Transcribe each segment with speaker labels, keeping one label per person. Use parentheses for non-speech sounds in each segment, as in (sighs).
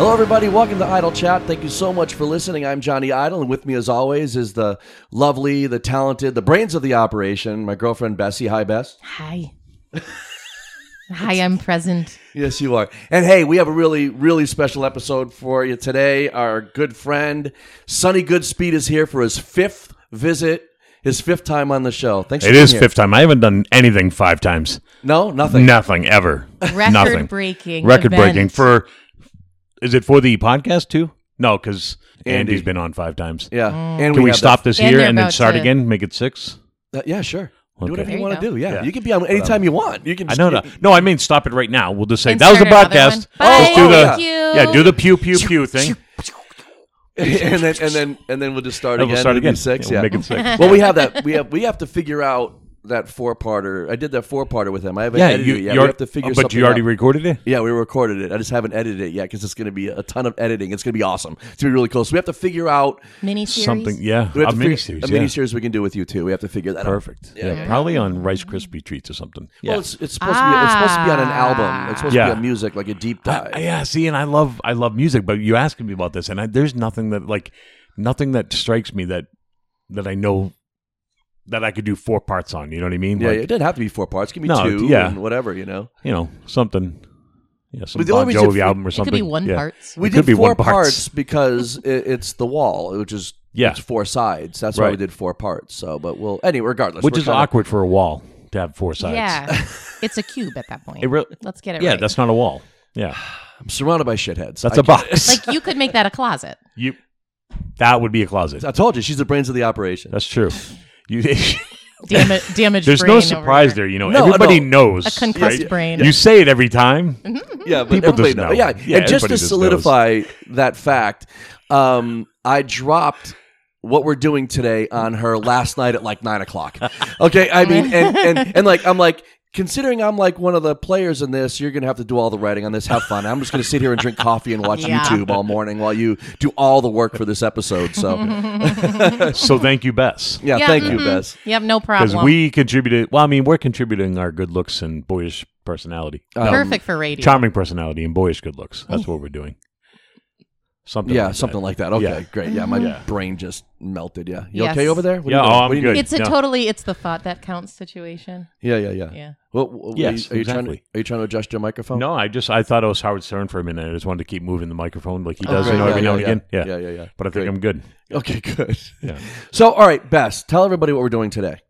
Speaker 1: Hello, everybody. Welcome to Idle Chat. Thank you so much for listening. I'm Johnny Idle, and with me, as always, is the lovely, the talented, the brains of the operation, my girlfriend Bessie. Hi, Bess.
Speaker 2: (laughs)
Speaker 3: Hi. Hi, I'm present.
Speaker 1: Yes, you are. And hey, we have a really, really special episode for you today. Our good friend Sonny Goodspeed is here for his fifth visit, his fifth time on the show. Thanks. for
Speaker 2: It
Speaker 1: being
Speaker 2: is
Speaker 1: here.
Speaker 2: fifth time. I haven't done anything five times.
Speaker 1: No, nothing.
Speaker 2: Nothing ever. Nothing.
Speaker 3: Record-breaking
Speaker 2: Record breaking
Speaker 3: event.
Speaker 2: for. Is it for the podcast too? No, because
Speaker 1: Andy.
Speaker 2: Andy's been on five times.
Speaker 3: Mm.
Speaker 1: Yeah. And
Speaker 2: Can we,
Speaker 1: have
Speaker 2: stop this
Speaker 3: And
Speaker 2: here
Speaker 3: they're
Speaker 2: and then
Speaker 3: about
Speaker 2: start
Speaker 3: to-
Speaker 2: again? Make it six.
Speaker 1: that- yeah, sure. Do
Speaker 2: Okay.
Speaker 1: whatever
Speaker 3: There
Speaker 1: you
Speaker 3: you
Speaker 1: want to
Speaker 3: go.
Speaker 1: do. Yeah.
Speaker 2: Yeah.
Speaker 1: you can be on anytime you want. You can.
Speaker 2: I
Speaker 1: Just,
Speaker 2: know. No, no, I mean stop it right now. We'll just say
Speaker 3: And
Speaker 2: that was the
Speaker 3: start another
Speaker 2: podcast.
Speaker 3: one.
Speaker 2: Oh,
Speaker 3: Bye,
Speaker 2: Let's do the
Speaker 1: thank
Speaker 3: you.
Speaker 2: yeah, do the pew pew pew thing.
Speaker 1: (laughs) and then
Speaker 2: (laughs)
Speaker 1: and then and then we'll just start
Speaker 2: And
Speaker 1: again.
Speaker 2: we'll start
Speaker 1: It'll be
Speaker 2: again.
Speaker 1: Six.
Speaker 2: We'll
Speaker 1: Yeah.
Speaker 2: make it six.
Speaker 1: well, we have
Speaker 2: (laughs)
Speaker 1: that. We have we have to figure out that four parter. I did that four parter with him. I haven't
Speaker 2: yeah,
Speaker 1: edited
Speaker 2: you,
Speaker 1: it yet.
Speaker 2: you
Speaker 1: We
Speaker 2: are- uh,
Speaker 1: have to figure.
Speaker 2: But you
Speaker 1: something
Speaker 2: already
Speaker 1: out.
Speaker 2: recorded it.
Speaker 1: yeah, we recorded it. I just haven't edited it yet because it's going to be a ton of editing. It's going to be awesome. It's going to be really cool. So we have to figure out
Speaker 3: Mini series.
Speaker 2: Something. Yeah,
Speaker 1: we have
Speaker 2: a
Speaker 1: to figure-
Speaker 2: miniseries.
Speaker 1: a
Speaker 2: yeah.
Speaker 1: miniseries we can do with you too. We have to figure that out.
Speaker 2: Perfect. Yeah, probably on Rice Krispie treats or something. Yeah.
Speaker 1: Well, it's, it's supposed to be it's supposed to be on an album. It's supposed
Speaker 2: Yeah.
Speaker 1: to be a music like a deep dive.
Speaker 2: I- yeah, see, and I love I love music, but you asking me about this, and I, there's nothing that like nothing that strikes me that that I know that I could do four parts on. You know what I mean?
Speaker 1: yeah,
Speaker 2: like,
Speaker 1: it didn't have to be four parts. It can be
Speaker 2: No,
Speaker 1: two
Speaker 2: yeah.
Speaker 1: and whatever, you know.
Speaker 2: you know, something. Yeah, some
Speaker 1: But the
Speaker 2: Bon
Speaker 1: only reason
Speaker 2: Jovi
Speaker 1: for-
Speaker 2: album or
Speaker 3: It
Speaker 2: something.
Speaker 3: could be one
Speaker 2: yeah.
Speaker 3: part.
Speaker 1: We
Speaker 2: It
Speaker 1: did
Speaker 2: could be
Speaker 1: four
Speaker 2: one parts. (laughs)
Speaker 1: because it, it's the wall, which is
Speaker 2: Yeah.
Speaker 1: it's four sides. That's why we
Speaker 2: Right.
Speaker 1: did four parts. So, but we'll anyway, regardless,
Speaker 2: which
Speaker 1: we're
Speaker 2: is
Speaker 1: kinda-
Speaker 2: awkward for a wall to have four sides. (laughs)
Speaker 3: Yeah. it's a cube at that point.
Speaker 2: It re-
Speaker 3: Let's get it
Speaker 2: yeah,
Speaker 3: right.
Speaker 2: that's not a wall.
Speaker 1: (sighs)
Speaker 2: Yeah,
Speaker 1: I'm surrounded by shitheads.
Speaker 2: that's
Speaker 1: I
Speaker 2: a box.
Speaker 3: (laughs) like you could make that a
Speaker 2: (laughs)
Speaker 3: closet.
Speaker 2: you, that would be a closet.
Speaker 1: I told you, she's the brains of the operation.
Speaker 2: That's
Speaker 1: (sighs)
Speaker 2: true. You, (laughs)
Speaker 3: Damage damage
Speaker 2: there's
Speaker 3: brain
Speaker 2: no
Speaker 3: over
Speaker 2: surprise
Speaker 3: here.
Speaker 2: there. You know,
Speaker 1: No,
Speaker 2: everybody
Speaker 1: no.
Speaker 2: knows.
Speaker 3: A concussed
Speaker 2: right?
Speaker 3: brain.
Speaker 2: You say it every time.
Speaker 3: (laughs)
Speaker 1: Yeah, but
Speaker 2: People
Speaker 1: everybody
Speaker 2: just
Speaker 1: know.
Speaker 2: know.
Speaker 1: Yeah,
Speaker 2: Yeah,
Speaker 1: and just to
Speaker 2: everybody just
Speaker 1: solidify that fact, um, I dropped what we're doing today on her last night at like nine o'clock. Okay, I mean, and and and like I'm like. Considering I'm like one of the players in this, you're gonna have to do all the writing on this. Have fun. I'm just gonna sit here and drink coffee and watch
Speaker 3: (laughs) Yeah.
Speaker 1: YouTube all morning while you do all the work for this episode.
Speaker 3: (laughs)
Speaker 1: So,
Speaker 2: So thank you, Bess.
Speaker 1: yeah,
Speaker 3: Mm-hmm. Yeah,
Speaker 1: thank you,
Speaker 3: mhm.
Speaker 1: Bess.
Speaker 3: Yep,
Speaker 2: (laughs)
Speaker 3: no
Speaker 2: because
Speaker 3: problem.
Speaker 2: we contributed. Well, I mean, we're contributing our good looks and boyish personality,
Speaker 1: Uh,
Speaker 2: No,
Speaker 3: Perfect for radio.
Speaker 2: charming personality and boyish good looks. That's what we're doing. Something,
Speaker 1: Yeah,
Speaker 2: like
Speaker 1: something
Speaker 2: That.
Speaker 1: like that. Okay,
Speaker 2: Yeah.
Speaker 1: great. Yeah, my brain just melted. Yeah, you
Speaker 3: Yes.
Speaker 1: okay over there? What
Speaker 2: Yeah,
Speaker 1: are you doing?
Speaker 2: oh, I'm
Speaker 1: What do you
Speaker 2: good.
Speaker 1: need?
Speaker 3: It's a
Speaker 2: No.
Speaker 3: totally it's the thought that counts situation.
Speaker 1: Yeah, yeah, yeah.
Speaker 3: Yeah.
Speaker 1: What, what-
Speaker 2: Yes,
Speaker 1: are, you, are you trying?
Speaker 2: exactly.
Speaker 1: To, are you trying to adjust your microphone?
Speaker 2: No, I just I thought it was Howard Stern for a minute. I just wanted to keep moving the microphone like he does,
Speaker 1: Oh, great.
Speaker 2: you know,
Speaker 1: Yeah,
Speaker 2: every now
Speaker 1: yeah,
Speaker 2: and again.
Speaker 1: yeah.
Speaker 2: Yeah,
Speaker 1: Yeah, yeah, yeah.
Speaker 2: But I think
Speaker 1: Great. (laughs)
Speaker 2: I'm good.
Speaker 1: Okay, good.
Speaker 2: Yeah.
Speaker 1: So, all right, Bess, tell everybody what we're doing today.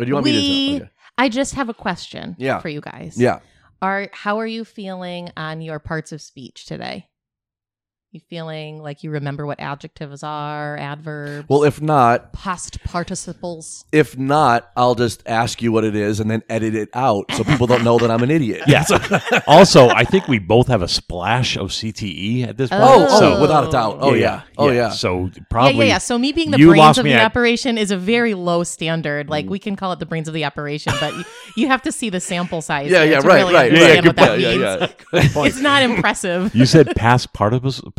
Speaker 1: Or do you want
Speaker 3: we,
Speaker 1: me to? do- Okay.
Speaker 3: I just have a question
Speaker 1: Yeah.
Speaker 3: for you guys.
Speaker 1: Yeah.
Speaker 3: Are how are you feeling on your parts of speech today? You feeling like you remember what adjectives are, adverbs,
Speaker 1: Well, if not,
Speaker 3: past participles?
Speaker 1: if not, I'll just ask you what it is and then edit it out so people don't know that I'm an idiot.
Speaker 2: (laughs) Yeah. also, I think we both have a splash of CTE at this point.
Speaker 1: Oh, oh,
Speaker 2: so-
Speaker 1: without a doubt. Oh yeah. Oh yeah.
Speaker 2: So probably
Speaker 3: yeah, yeah, yeah. So me being the
Speaker 2: you
Speaker 3: brains
Speaker 2: lost
Speaker 3: of
Speaker 2: me
Speaker 3: the
Speaker 2: at- Mm.
Speaker 3: operation is a very low standard. Like we can call it the brains of the operation, but you, you have to see the sample size.
Speaker 1: Yeah,
Speaker 3: here
Speaker 1: yeah,
Speaker 3: to
Speaker 1: right,
Speaker 3: really
Speaker 1: right,
Speaker 2: yeah,
Speaker 3: understand
Speaker 2: good
Speaker 3: what that
Speaker 2: point.
Speaker 1: yeah,
Speaker 3: means.
Speaker 1: yeah.
Speaker 3: It's not impressive.
Speaker 2: you said past participle. Partic-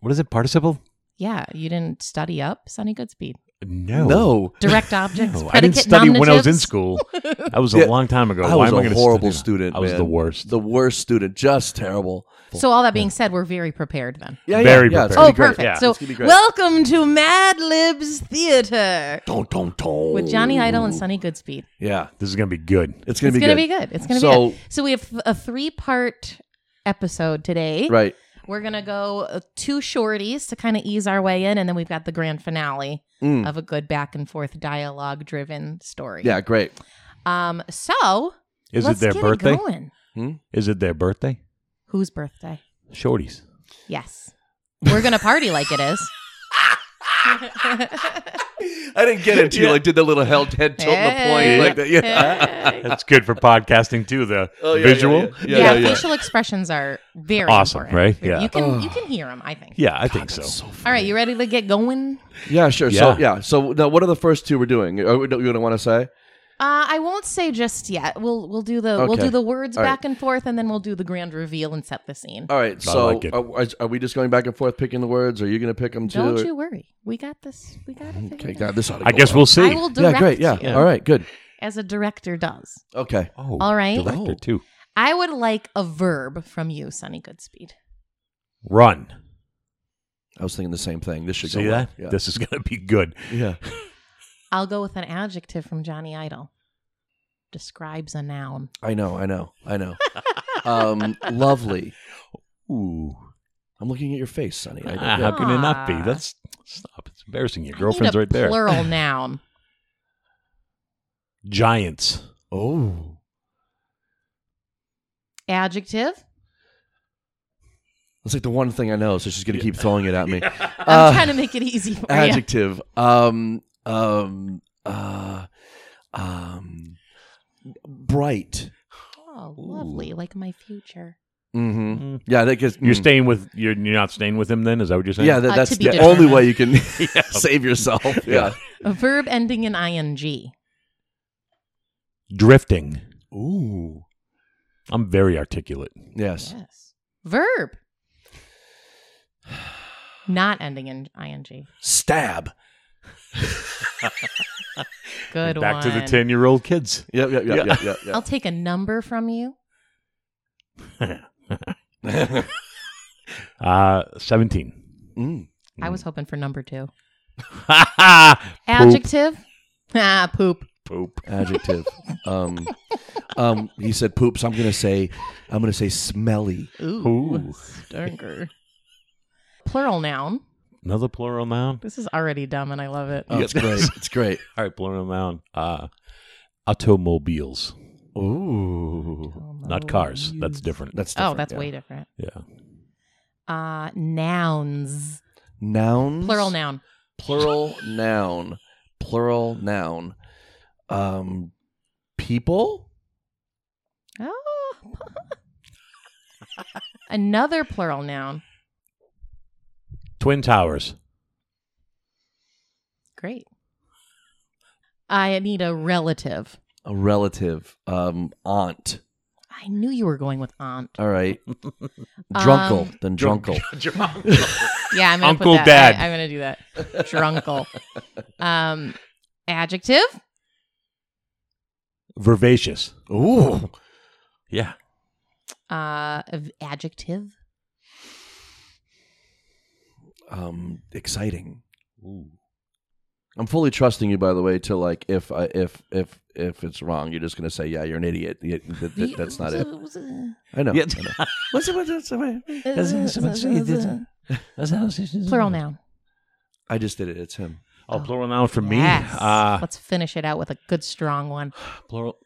Speaker 2: what is it? Participle?
Speaker 3: yeah, you didn't study up Sonny Goodspeed.
Speaker 2: No.
Speaker 1: (laughs) No.
Speaker 3: Direct objects.
Speaker 2: (laughs) No, I
Speaker 3: predicate
Speaker 2: didn't study when I was in
Speaker 3: nominatives. (laughs)
Speaker 2: school. That was a
Speaker 1: Yeah,
Speaker 2: long time ago.
Speaker 1: I
Speaker 2: Why
Speaker 1: was
Speaker 2: am I
Speaker 1: a
Speaker 2: gonna
Speaker 1: horrible
Speaker 2: study
Speaker 1: student.
Speaker 2: that? I was
Speaker 1: man.
Speaker 2: the worst.
Speaker 1: The worst student. Just terrible.
Speaker 3: So all that being said, we're very prepared then.
Speaker 1: Yeah, yeah,
Speaker 2: Very
Speaker 1: yeah. it's
Speaker 2: prepared.
Speaker 1: gonna
Speaker 3: Oh,
Speaker 1: be great.
Speaker 3: perfect.
Speaker 2: Yeah.
Speaker 3: So,
Speaker 1: It's gonna be great.
Speaker 3: welcome to Mad Libs Theater
Speaker 1: Dun, dun, dun.
Speaker 3: with Johnny Idol and Sonny Goodspeed.
Speaker 1: Yeah,
Speaker 2: this is gonna be good.
Speaker 1: it's gonna
Speaker 3: it's
Speaker 1: be
Speaker 3: gonna
Speaker 1: good.
Speaker 3: be good. It's gonna
Speaker 1: So-
Speaker 3: be good. So we have a three-part episode today.
Speaker 1: (laughs) Right.
Speaker 3: We're gonna go uh, two shorties to kind of ease our way in, and then we've got the grand finale
Speaker 1: Mm.
Speaker 3: of a good back and forth dialogue-driven story.
Speaker 1: Yeah, great.
Speaker 3: Um. So
Speaker 2: Is
Speaker 3: let's
Speaker 2: it their
Speaker 3: get
Speaker 2: birthday?
Speaker 3: going.
Speaker 2: Is it their birthday?
Speaker 3: Whose birthday?
Speaker 1: (laughs)
Speaker 2: Shorties.
Speaker 3: Yes. We're gonna party like it is.
Speaker 1: I didn't get it (laughs) until you like did the little head, head tilt in the point
Speaker 3: Hey.
Speaker 1: like that. Yeah.
Speaker 3: Hey.
Speaker 2: That's good for podcasting too. The
Speaker 1: Oh, yeah, yeah,
Speaker 2: visual.
Speaker 1: (laughs) yeah.
Speaker 3: yeah,
Speaker 1: yeah, yeah.
Speaker 3: facial expressions are very
Speaker 2: Awesome,
Speaker 3: important.
Speaker 2: right?
Speaker 3: Very-
Speaker 2: Yeah.
Speaker 3: you can you can hear them. I think.
Speaker 2: Yeah, I think so.
Speaker 3: All right, you ready to get going?
Speaker 1: (laughs) Yeah, sure. So
Speaker 2: Yeah.
Speaker 1: yeah. So now, what are the first two we're doing? Are we, don't you gonna want to say?
Speaker 3: Uh, I won't say just yet. We'll we'll do the we'll
Speaker 1: Okay.
Speaker 3: do the words
Speaker 1: All right.
Speaker 3: back and forth, and then we'll do the grand reveal and set the scene.
Speaker 1: All right. So
Speaker 2: like it.
Speaker 1: are, are we just going back and forth picking the words? Are you gonna pick them too?
Speaker 3: Don't
Speaker 1: or-
Speaker 3: you worry. We got this. We got it.
Speaker 1: Okay.
Speaker 3: figured out.
Speaker 1: God, this ought to
Speaker 2: I
Speaker 1: go
Speaker 2: guess
Speaker 1: well.
Speaker 2: we'll see.
Speaker 3: I will direct
Speaker 1: Yeah. Great. Yeah.
Speaker 3: you
Speaker 1: All right. Good.
Speaker 3: as a director does.
Speaker 1: Okay.
Speaker 2: oh,
Speaker 3: All right.
Speaker 2: Director too.
Speaker 3: I would like a verb from you, Sonny Goodspeed.
Speaker 2: Run.
Speaker 1: I was thinking the same thing. This should
Speaker 2: See
Speaker 1: go well.
Speaker 2: that? This is going to be good.
Speaker 1: Yeah. yeah.
Speaker 3: I'll go with an adjective from Johnny Idol. Describes a noun.
Speaker 1: I know. I know. I
Speaker 2: (laughs)
Speaker 1: know. um, lovely.
Speaker 2: Ooh.
Speaker 1: I'm looking at your face, Sonny. I,
Speaker 2: Ah, (laughs) how can it not be?
Speaker 3: Ah.
Speaker 2: That's stop. It's embarrassing. Your
Speaker 3: I need
Speaker 2: girlfriend's
Speaker 3: a
Speaker 2: right there.
Speaker 1: (laughs)
Speaker 3: Plural noun.
Speaker 2: Giants.
Speaker 1: Oh.
Speaker 3: Adjective.
Speaker 1: That's like the one thing I know, so she's gonna keep throwing it (laughs) at me.
Speaker 3: I'm
Speaker 1: Uh,
Speaker 3: trying to make it easy for you.
Speaker 1: adjective. Um um uh um bright.
Speaker 3: Oh, lovely, like my future.
Speaker 1: Mm-hmm.
Speaker 2: Mm.
Speaker 1: Yeah, that gets
Speaker 2: You're
Speaker 1: mm.
Speaker 2: staying with you're, you're not staying with him then? Is that what you're saying?
Speaker 1: Yeah, that,
Speaker 3: Uh,
Speaker 1: that's
Speaker 3: to
Speaker 1: the
Speaker 3: be
Speaker 1: only
Speaker 3: determined.
Speaker 1: way you (laughs) can
Speaker 2: (laughs)
Speaker 1: save yourself. Yeah.
Speaker 3: A verb ending in ing.
Speaker 2: Drifting.
Speaker 1: Ooh.
Speaker 2: I'm very articulate.
Speaker 1: Yes.
Speaker 3: Yes. Verb. Not ending in ing.
Speaker 1: Stab.
Speaker 3: Good
Speaker 2: Back
Speaker 3: one.
Speaker 2: to the ten year old kids.
Speaker 1: Yep, yep, yep,
Speaker 2: Yeah.
Speaker 1: yep, yep.
Speaker 3: (laughs) I'll
Speaker 1: yep.
Speaker 3: take a number from you.
Speaker 2: Uh seventeen. (laughs)
Speaker 1: Mm.
Speaker 3: I was hoping for number two.
Speaker 2: Poop.
Speaker 3: Adjective. (laughs) Ah, poop.
Speaker 2: Poop.
Speaker 1: (laughs) Adjective. um um he said poop, so I'm gonna say I'm gonna say smelly.
Speaker 2: Ooh.
Speaker 3: Stinker. Plural noun.
Speaker 2: Another plural noun.
Speaker 3: This is already dumb and I love it.
Speaker 1: Oh,
Speaker 2: Yeah,
Speaker 1: it's great.
Speaker 2: that's-
Speaker 1: It's great.
Speaker 2: All right, plural noun. Uh automobiles.
Speaker 1: Ooh.
Speaker 2: Oh, Not cars. That's different.
Speaker 1: That's different.
Speaker 3: Oh, that's
Speaker 1: yeah.
Speaker 3: way different.
Speaker 2: yeah.
Speaker 3: Uh nouns.
Speaker 1: Nouns.
Speaker 3: Plural noun.
Speaker 1: Plural noun. Plural noun. Um, people.
Speaker 3: Oh. (laughs) Another plural noun.
Speaker 2: Twin towers.
Speaker 3: Great. I need a relative.
Speaker 1: A relative. Um, aunt.
Speaker 3: I knew you were going with aunt.
Speaker 1: All right. Drunkle.
Speaker 3: Um,
Speaker 1: then drunkle.
Speaker 2: (laughs)
Speaker 3: Yeah, I'm gonna
Speaker 2: Uncle
Speaker 3: put that.
Speaker 2: Dad.
Speaker 3: I, am gonna do that. (laughs)
Speaker 2: (laughs)
Speaker 3: Drunkle. Um, adjective.
Speaker 2: Vivacious.
Speaker 1: Ooh.
Speaker 2: Yeah.
Speaker 3: Uh, of- adjective.
Speaker 1: Um, exciting. I'm fully trusting you, by the way. To like, if I, if if if it's wrong, you're just gonna say, "Yeah, you're an idiot." Yeah, that-
Speaker 3: (laughs)
Speaker 1: that- that's not it. I know.
Speaker 2: Yeah.
Speaker 1: I know. What's it? What's it? what's it-
Speaker 3: Plural noun.
Speaker 1: I just did it. It's him.
Speaker 2: Oh, plural noun for me.
Speaker 3: Yes.
Speaker 2: Uh,
Speaker 3: Let's finish it out with a good strong one.
Speaker 2: plural.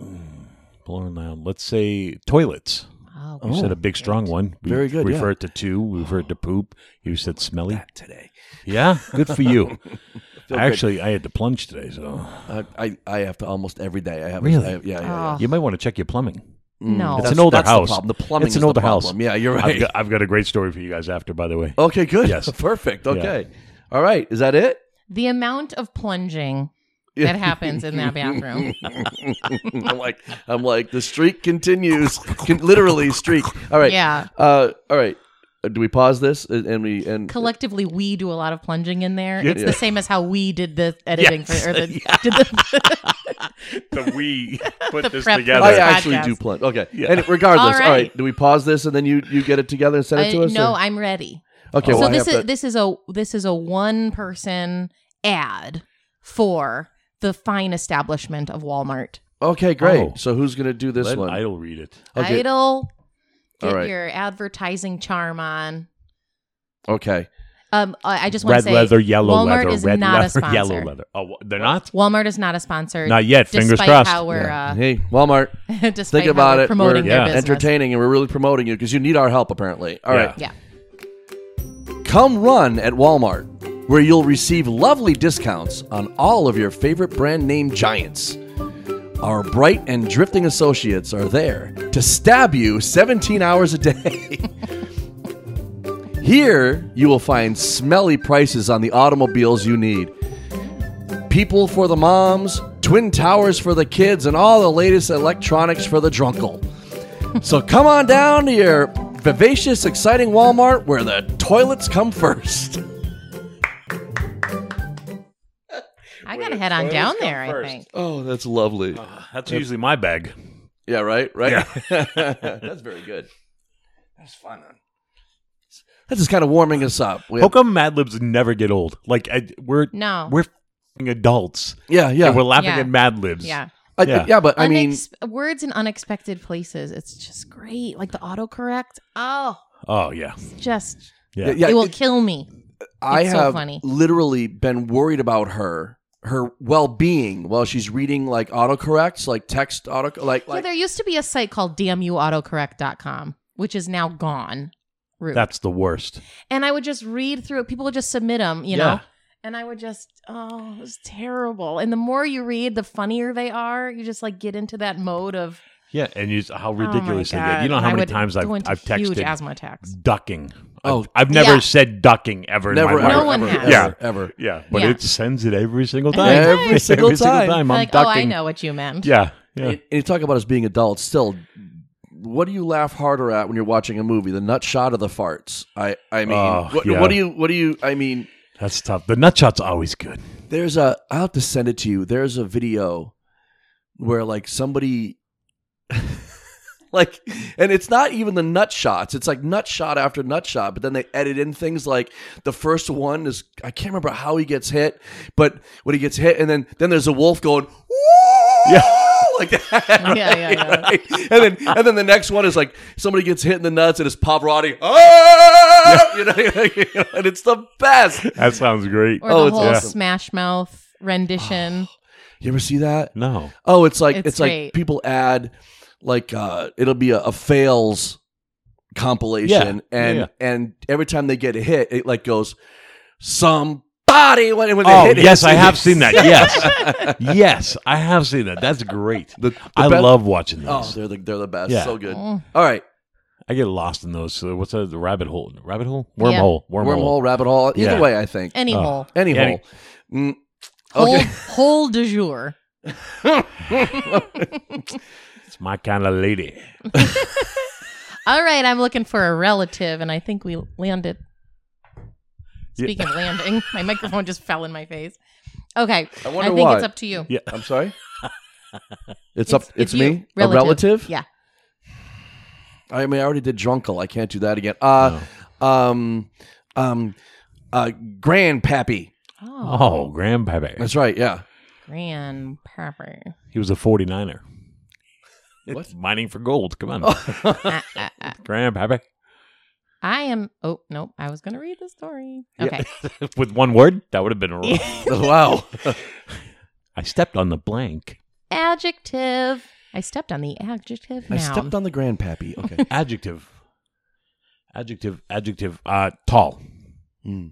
Speaker 2: Mm, Plural noun. Let's say toilets.
Speaker 3: Oh,
Speaker 1: Oh.
Speaker 2: You said a big, strong one. We
Speaker 1: Very good, yeah.
Speaker 2: Refer it to two. We refer it to poop. You said smelly.
Speaker 1: That today.
Speaker 2: Yeah, good
Speaker 1: (laughs)
Speaker 2: for you.
Speaker 1: Feel good.
Speaker 2: Actually, I had to plunge today, so
Speaker 1: I, Uh, I I have to almost every day. I have
Speaker 2: Really?
Speaker 1: I have- yeah, yeah, yeah.
Speaker 3: Oh.
Speaker 2: you might want to check your plumbing.
Speaker 1: Mm,
Speaker 3: No. It's
Speaker 1: that's-
Speaker 2: an older
Speaker 1: that's
Speaker 2: house.
Speaker 1: The, problem. the plumbing
Speaker 2: It's an
Speaker 1: is the
Speaker 2: older house.
Speaker 1: problem. Yeah, you're right. Oh,
Speaker 2: I've, got, I've got a great story for you guys after, by the way.
Speaker 1: okay, good.
Speaker 2: Yes.
Speaker 1: (laughs) Perfect. Okay. All right. Is that it? (laughs)
Speaker 3: The amount of plunging that happens in that bathroom.
Speaker 2: (laughs)
Speaker 1: I'm like I'm like the streak continues. Can, literally streak. All right.
Speaker 3: Yeah.
Speaker 1: Uh, all right. Uh, Do we pause this and, and we and
Speaker 3: Collectively, we do a lot of plunging in there.
Speaker 2: Yeah.
Speaker 3: It's the same as how we did the editing
Speaker 2: Yes. (laughs)
Speaker 3: for, or the, did the
Speaker 2: The
Speaker 3: (laughs)
Speaker 2: we put
Speaker 3: The prep
Speaker 1: I
Speaker 3: this
Speaker 1: actually
Speaker 3: podcast.
Speaker 1: do plunge. Okay.
Speaker 2: Yeah.
Speaker 1: And regardless, all right.
Speaker 3: All right.
Speaker 1: Do we pause this and then you you get it together and send it
Speaker 3: I-
Speaker 1: to us?
Speaker 3: no,
Speaker 1: or-
Speaker 3: I'm ready.
Speaker 1: okay.
Speaker 3: so
Speaker 1: well, I
Speaker 3: this
Speaker 1: have
Speaker 3: is
Speaker 1: to-
Speaker 3: this is a this is a one person ad for the fine establishment of Walmart.
Speaker 1: okay. Great.
Speaker 2: Oh.
Speaker 1: So who's gonna do this
Speaker 2: Let
Speaker 1: one?
Speaker 2: Idle read it.
Speaker 1: Okay.
Speaker 3: Idle.
Speaker 1: All
Speaker 3: Get
Speaker 1: right.
Speaker 3: your advertising charm on.
Speaker 1: okay.
Speaker 3: Um, I I just want to
Speaker 2: Red
Speaker 3: say
Speaker 2: leather, yellow
Speaker 3: Walmart
Speaker 2: leather,
Speaker 3: is
Speaker 2: red
Speaker 3: not a
Speaker 2: leather, (laughs) yellow
Speaker 3: sponsor.
Speaker 2: leather. Oh, wha- they're not.
Speaker 3: Walmart is not a sponsor.
Speaker 2: Not yet.
Speaker 3: Despite
Speaker 2: Fingers crossed.
Speaker 3: how we're
Speaker 1: Hey, Walmart.
Speaker 3: uh, (laughs)
Speaker 1: Think
Speaker 3: despite how
Speaker 1: about
Speaker 3: we're
Speaker 1: it.
Speaker 3: promoting
Speaker 1: We're
Speaker 3: their
Speaker 2: yeah.
Speaker 3: business.
Speaker 1: entertaining and we're really promoting you because you need our help apparently. All right.
Speaker 3: Yeah.
Speaker 1: Come run at Walmart, where you'll receive lovely discounts on all of your favorite brand name giants. Our bright and drifting associates are there to stab you 17 hours a day. (laughs) Here, you will find smelly prices on the automobiles you need. People for the moms, Twin Towers for the kids, and all the latest electronics for the drunkle. So come on down to your vivacious, exciting Walmart where the toilets come first. (laughs)
Speaker 3: I gotta head on
Speaker 2: Toilets
Speaker 3: down
Speaker 2: come
Speaker 3: there.
Speaker 2: first.
Speaker 3: I think.
Speaker 1: Oh, that's lovely.
Speaker 2: That's usually my bag.
Speaker 1: (laughs) Yeah, right, right. that's very good. That's fun. That's just kind of warming us up. We-
Speaker 2: How come Mad Libs never get old? Like I, we're
Speaker 3: No.
Speaker 2: we're fing adults.
Speaker 1: yeah, yeah,
Speaker 2: and we're laughing
Speaker 3: Yeah.
Speaker 2: at Mad Libs.
Speaker 3: yeah.
Speaker 1: I- yeah.
Speaker 2: yeah.
Speaker 1: But I mean,
Speaker 3: Unex- words in unexpected places. It's just great. Like the autocorrect. Oh,
Speaker 2: Oh yeah.
Speaker 3: it's just
Speaker 2: Yeah.
Speaker 1: yeah, yeah,
Speaker 3: it will
Speaker 1: it-
Speaker 3: kill me.
Speaker 1: I
Speaker 3: It's so
Speaker 1: have
Speaker 3: funny.
Speaker 1: literally been worried about her, her well being while she's reading like autocorrects, like text auto, like
Speaker 3: yeah,
Speaker 1: like
Speaker 3: there used to be a site called damnyouautocorrect.com, which is now gone. Rude.
Speaker 2: That's the worst.
Speaker 3: and I would just read through it. People would just submit them, you know?
Speaker 2: Yeah.
Speaker 3: And I would just, oh, it was terrible. And the more you read, the funnier they are. You just like get into that mode of
Speaker 2: Yeah, and you, how
Speaker 3: oh my
Speaker 2: ridiculous they get. You know
Speaker 3: God.
Speaker 2: how
Speaker 3: I
Speaker 2: many
Speaker 3: would
Speaker 2: times I've
Speaker 3: go into
Speaker 2: I've
Speaker 3: huge
Speaker 2: texted
Speaker 3: asthma attacks.
Speaker 2: ducking.
Speaker 1: Oh.
Speaker 2: I've, I've never
Speaker 3: Yeah.
Speaker 2: said ducking ever.
Speaker 1: never,
Speaker 2: in my
Speaker 1: ever,
Speaker 2: life.
Speaker 3: No one
Speaker 1: ever,
Speaker 3: has.
Speaker 1: ever,
Speaker 2: Yeah.
Speaker 1: ever.
Speaker 2: Yeah, but
Speaker 3: Yeah.
Speaker 2: it sends it every single time.
Speaker 1: Every single time.
Speaker 2: I'm
Speaker 3: Like, oh,
Speaker 2: ducking.
Speaker 3: I know what you meant.
Speaker 2: Yeah, yeah.
Speaker 1: And, and you talk about us being adults. Still, what do you laugh harder at when you're watching a movie? The nut shot or the farts? I I mean,
Speaker 2: Oh,
Speaker 1: what,
Speaker 2: yeah.
Speaker 1: what do you what do you? I mean,
Speaker 2: That's tough. The nut shot's always good.
Speaker 1: there's a. I'll have to send it to you. There's a video where like somebody. (laughs) Like and it's not even the nut shots. It's like nut shot after nut shot, but then they edit in things like the first one is I can't remember how he gets hit, but when he gets hit, and then then there's a wolf going, "Woo!"
Speaker 2: Yeah.
Speaker 1: (laughs) like that.
Speaker 3: Yeah, yeah, yeah.
Speaker 1: Right? (laughs) And then and then the next one is like somebody gets hit in the nuts and it's Pavarotti. Ah! (laughs) You know, and it's the best.
Speaker 2: That sounds great.
Speaker 3: Or
Speaker 1: Oh,
Speaker 3: the
Speaker 1: it's
Speaker 3: whole
Speaker 1: awesome.
Speaker 3: smash mouth
Speaker 2: Oh,
Speaker 3: rendition.
Speaker 1: You ever see that?
Speaker 2: No.
Speaker 1: Oh, it's like it's,
Speaker 3: It's
Speaker 1: like
Speaker 3: great.
Speaker 1: people add like uh it'll be a, a fails compilation
Speaker 2: Yeah.
Speaker 1: and
Speaker 2: Yeah,
Speaker 1: and every time they get a hit it like goes somebody when, when they
Speaker 2: Oh
Speaker 1: hit it,
Speaker 2: yes, I
Speaker 1: it's-
Speaker 2: have seen that. (laughs) Yes, yes, I have seen that. That's great.
Speaker 1: The- the
Speaker 2: I
Speaker 1: best-
Speaker 2: love watching
Speaker 1: (laughs) Oh,
Speaker 2: those.
Speaker 1: they're the they're the best.
Speaker 2: Yeah.
Speaker 1: So good. All
Speaker 3: Mm.
Speaker 1: right.
Speaker 2: I get lost in those. So what's that? The rabbit hole? Rabbit hole? Wormhole?
Speaker 1: Wormhole, rabbit hole. Either
Speaker 2: Yeah.
Speaker 1: way, I think.
Speaker 3: Any
Speaker 2: Oh.
Speaker 3: hole.
Speaker 1: Any
Speaker 2: Any-
Speaker 1: hole. Mm,
Speaker 3: Whole,
Speaker 1: (laughs) okay.
Speaker 3: whole du jour.
Speaker 2: It's my kind of lady.
Speaker 3: All right, I'm looking for a relative, and I think we landed.
Speaker 2: Yeah.
Speaker 3: Speaking of landing, my microphone just fell in my face.
Speaker 1: I
Speaker 3: Okay, I
Speaker 1: wonder
Speaker 3: think
Speaker 1: why.
Speaker 3: it's up to you.
Speaker 2: Yeah.
Speaker 1: I'm sorry. It's, up. It's,
Speaker 3: you.
Speaker 1: me. A relative.
Speaker 3: Yeah.
Speaker 1: I mean, I already did drunkle. I can't do that again. Uh, um, um, uh, grandpappy.
Speaker 3: Oh,
Speaker 2: Oh, grandpappy.
Speaker 1: That's right. Yeah. (laughs)
Speaker 3: grandpapa.
Speaker 2: He was a 49er.
Speaker 1: What?
Speaker 2: (laughs)
Speaker 1: Oh.
Speaker 2: Mining for gold. Come on,
Speaker 3: Ah, ah, ah.
Speaker 2: (laughs) grandpappy. (laughs)
Speaker 3: I am. Oh nope, I was gonna read the story.
Speaker 1: Yeah.
Speaker 3: Okay.
Speaker 2: With one word, that would have been wrong.
Speaker 1: wow.
Speaker 2: I stepped on the blank.
Speaker 3: adjective. I stepped on the adjective.
Speaker 1: I
Speaker 3: noun.
Speaker 1: stepped on the
Speaker 3: (laughs)
Speaker 1: grandpappy. Okay.
Speaker 2: Adjective. Adjective. Adjective. Uh, tall.
Speaker 1: Hmm.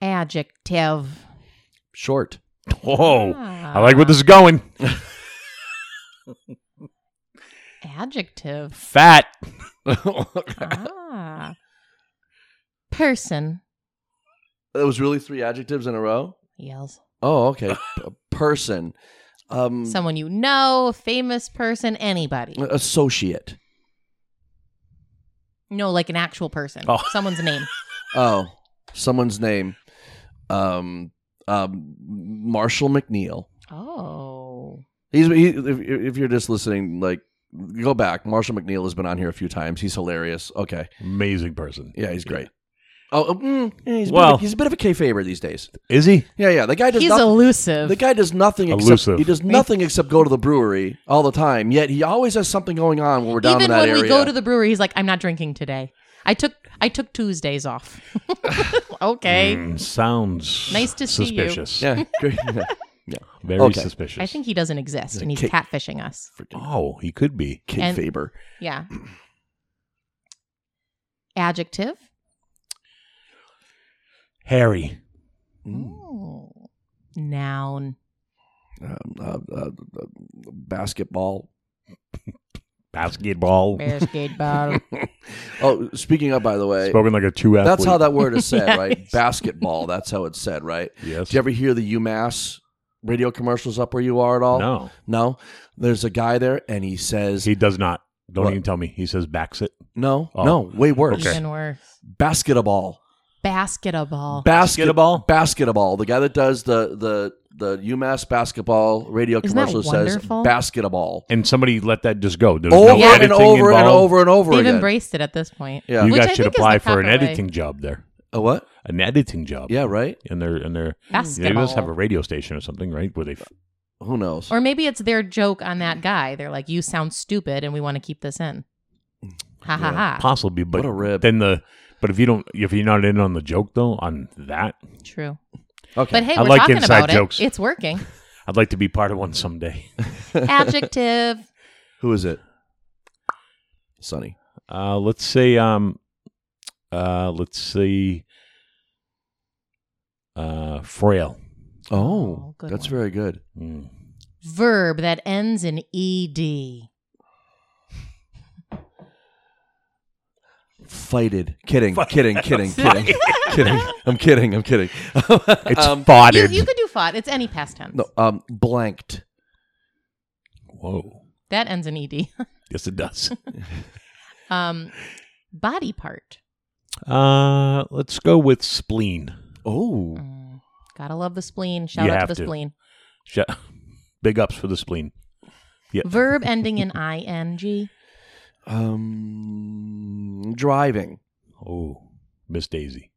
Speaker 3: adjective.
Speaker 1: Short.
Speaker 2: Oh,
Speaker 3: Ah.
Speaker 2: I like where this is going.
Speaker 3: Ah. adjective.
Speaker 2: Fat. (laughs)
Speaker 1: that
Speaker 3: ah. Person.
Speaker 1: was really three adjectives in a row.
Speaker 3: Yells.
Speaker 1: Oh, (laughs) okay. P- person. Um,
Speaker 3: someone you know, a famous person, anybody.
Speaker 1: Uh. associate.
Speaker 3: No, like an actual person.
Speaker 2: Oh.
Speaker 3: Someone's name.
Speaker 1: Oh, someone's name. Um, um, Marshall McNeil.
Speaker 3: (laughs) Oh.
Speaker 1: He's he, if, if you're just listening, like go back. Marshall McNeil has been on here a few times. He's hilarious. Okay,
Speaker 2: Amazing person.
Speaker 1: yeah, he's great. Oh, mm, yeah, he's, well,
Speaker 2: Well-
Speaker 1: a, he's a bit of a kayfaber these days.
Speaker 2: Is he?
Speaker 1: Yeah, yeah. The guy does
Speaker 3: He's
Speaker 1: nothing.
Speaker 3: elusive.
Speaker 1: the guy does nothing except
Speaker 2: Elusive.
Speaker 1: he does nothing except go to the brewery all the time. Yet he always has something going on when we're down
Speaker 3: Even
Speaker 1: in that
Speaker 3: when
Speaker 1: area.
Speaker 3: we go to the brewery, he's like, I'm not drinking today. I took I took Tuesdays off. (laughs) okay.
Speaker 2: Mm, sounds
Speaker 3: Nice to see you.
Speaker 2: suspicious.
Speaker 1: (laughs)
Speaker 3: (laughs)
Speaker 1: yeah, great. yeah.
Speaker 2: Very
Speaker 1: Okay.
Speaker 2: suspicious.
Speaker 3: I think he doesn't exist and he's
Speaker 1: Kate-
Speaker 3: catfishing us.
Speaker 2: Oh, he could be.
Speaker 3: And-
Speaker 1: kayfaber.
Speaker 3: Yeah. Adjective.
Speaker 2: Harry.
Speaker 1: Mm.
Speaker 3: Ooh. Noun.
Speaker 1: Um, uh, uh, uh, basketball.
Speaker 2: Basketball.
Speaker 3: Basketball.
Speaker 1: (laughs) Oh, speaking of, by the way,
Speaker 2: Spoken like a two athlete.
Speaker 1: that's how that word is said,
Speaker 3: (laughs) Yeah.
Speaker 1: right? Basketball. That's how it's said, right?
Speaker 2: Yes.
Speaker 1: Do you ever hear the UMass radio commercials up where you are at all?
Speaker 2: No,
Speaker 1: No? There's a guy there and he says,
Speaker 2: he does not. Don't
Speaker 1: What?
Speaker 2: even tell me. He says backs it.
Speaker 1: no,
Speaker 2: Oh.
Speaker 1: no, way worse.
Speaker 2: Okay.
Speaker 3: Even worse.
Speaker 1: Basketball.
Speaker 3: Basketball.
Speaker 1: Basket-
Speaker 2: Basketball?
Speaker 1: Basketball. The guy that does the, the the UMass basketball radio
Speaker 3: Isn't that
Speaker 1: commercial says
Speaker 3: wonderful?
Speaker 1: basketball
Speaker 2: and somebody let that just go. There was
Speaker 1: over
Speaker 2: no
Speaker 3: Yeah.
Speaker 1: and
Speaker 2: editing
Speaker 1: over and
Speaker 2: involved.
Speaker 1: over and over
Speaker 3: They've
Speaker 1: again.
Speaker 3: embraced it at this point.
Speaker 1: Yeah.
Speaker 2: You
Speaker 3: Which I
Speaker 2: guys should
Speaker 3: think is the
Speaker 2: apply for an
Speaker 3: proper way.
Speaker 2: editing job there,
Speaker 1: A what?
Speaker 2: an editing job.
Speaker 1: Yeah, right.
Speaker 2: and they're and they're they
Speaker 3: Basketball.
Speaker 2: must have a radio station or something, right? Where they f-
Speaker 1: Who knows?
Speaker 3: Or maybe it's their joke on that guy. They're like, "You sound stupid, and we want to keep this in." Ha ha
Speaker 1: Yeah.
Speaker 3: ha!
Speaker 2: possibly, but
Speaker 1: what a rib.
Speaker 2: then the but if you don't if you're not in on the joke though on that,
Speaker 3: True,
Speaker 1: okay.
Speaker 3: but hey,
Speaker 2: I
Speaker 3: we're
Speaker 2: like
Speaker 3: talking
Speaker 2: inside
Speaker 3: about
Speaker 2: jokes.
Speaker 3: it. It's
Speaker 2: (laughs)
Speaker 3: working.
Speaker 2: I'd like to be part of one someday.
Speaker 3: Adjective.
Speaker 1: Who is it? Sonny.
Speaker 2: Uh, let's say um, uh, let's say uh, frail.
Speaker 1: Oh,
Speaker 3: Oh, good
Speaker 1: that's
Speaker 3: one.
Speaker 1: very good.
Speaker 2: Mm.
Speaker 3: verb that ends in E ed.
Speaker 1: Fighted. Kidding. Kidding.
Speaker 2: (laughs)
Speaker 1: Kidding. Kidding. kidding. I'm kidding. I'm kidding.
Speaker 2: It's
Speaker 1: um,
Speaker 3: You,
Speaker 2: foddered.
Speaker 3: you could do fought. It's any past tense.
Speaker 1: no, um, blanked.
Speaker 2: Whoa,
Speaker 3: That ends in ed.
Speaker 2: yes,
Speaker 1: (laughs)
Speaker 2: it does.
Speaker 3: (laughs) um, body part.
Speaker 2: uh, let's go with spleen.
Speaker 1: Oh,
Speaker 3: Mm, gotta love the spleen. Shout
Speaker 2: You
Speaker 3: out
Speaker 2: have
Speaker 3: to the
Speaker 2: to.
Speaker 3: spleen.
Speaker 2: Sh- Big ups for the spleen. Yeah.
Speaker 3: Verb ending in ing.
Speaker 1: um, driving.
Speaker 2: Oh, Miss Daisy.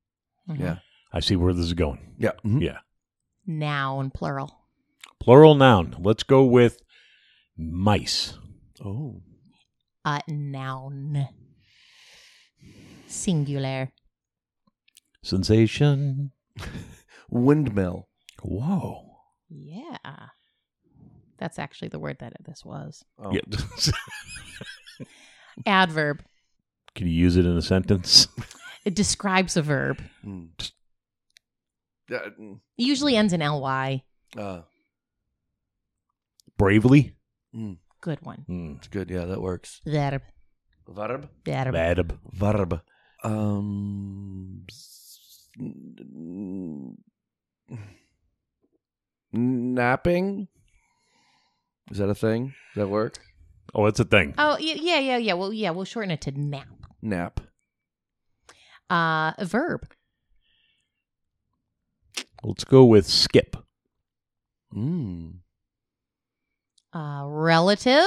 Speaker 3: Mhm.
Speaker 1: Yeah.
Speaker 2: I see where this is going.
Speaker 1: Yeah. Mhm.
Speaker 2: Yeah.
Speaker 3: Noun plural.
Speaker 2: Plural noun. Let's go with mice.
Speaker 1: Oh,
Speaker 3: A noun. Singular.
Speaker 2: Sensation.
Speaker 1: windmill.
Speaker 2: Whoa.
Speaker 3: Yeah. That's actually the word that this was.
Speaker 1: Oh.
Speaker 2: Yeah. (laughs)
Speaker 3: Adverb.
Speaker 2: Can you use it in a sentence?
Speaker 3: It describes a verb.
Speaker 1: Mm. Yeah, mm,
Speaker 3: It usually ends in ly.
Speaker 1: uh,
Speaker 2: Bravely.
Speaker 3: Good one.
Speaker 2: Mm.
Speaker 1: it's good. Yeah, that works.
Speaker 3: Verb.
Speaker 1: Verb.
Speaker 3: Verb.
Speaker 2: Verb.
Speaker 1: Verb. Um, s- n- napping. Is that a thing? Does that work?
Speaker 2: Oh, it's a thing.
Speaker 3: Oh, y- yeah, yeah, yeah. Well, yeah, we'll shorten it to nap.
Speaker 1: Nap.
Speaker 3: Uh, a verb.
Speaker 2: Let's go with skip.
Speaker 1: Mm.
Speaker 3: Uh, relative.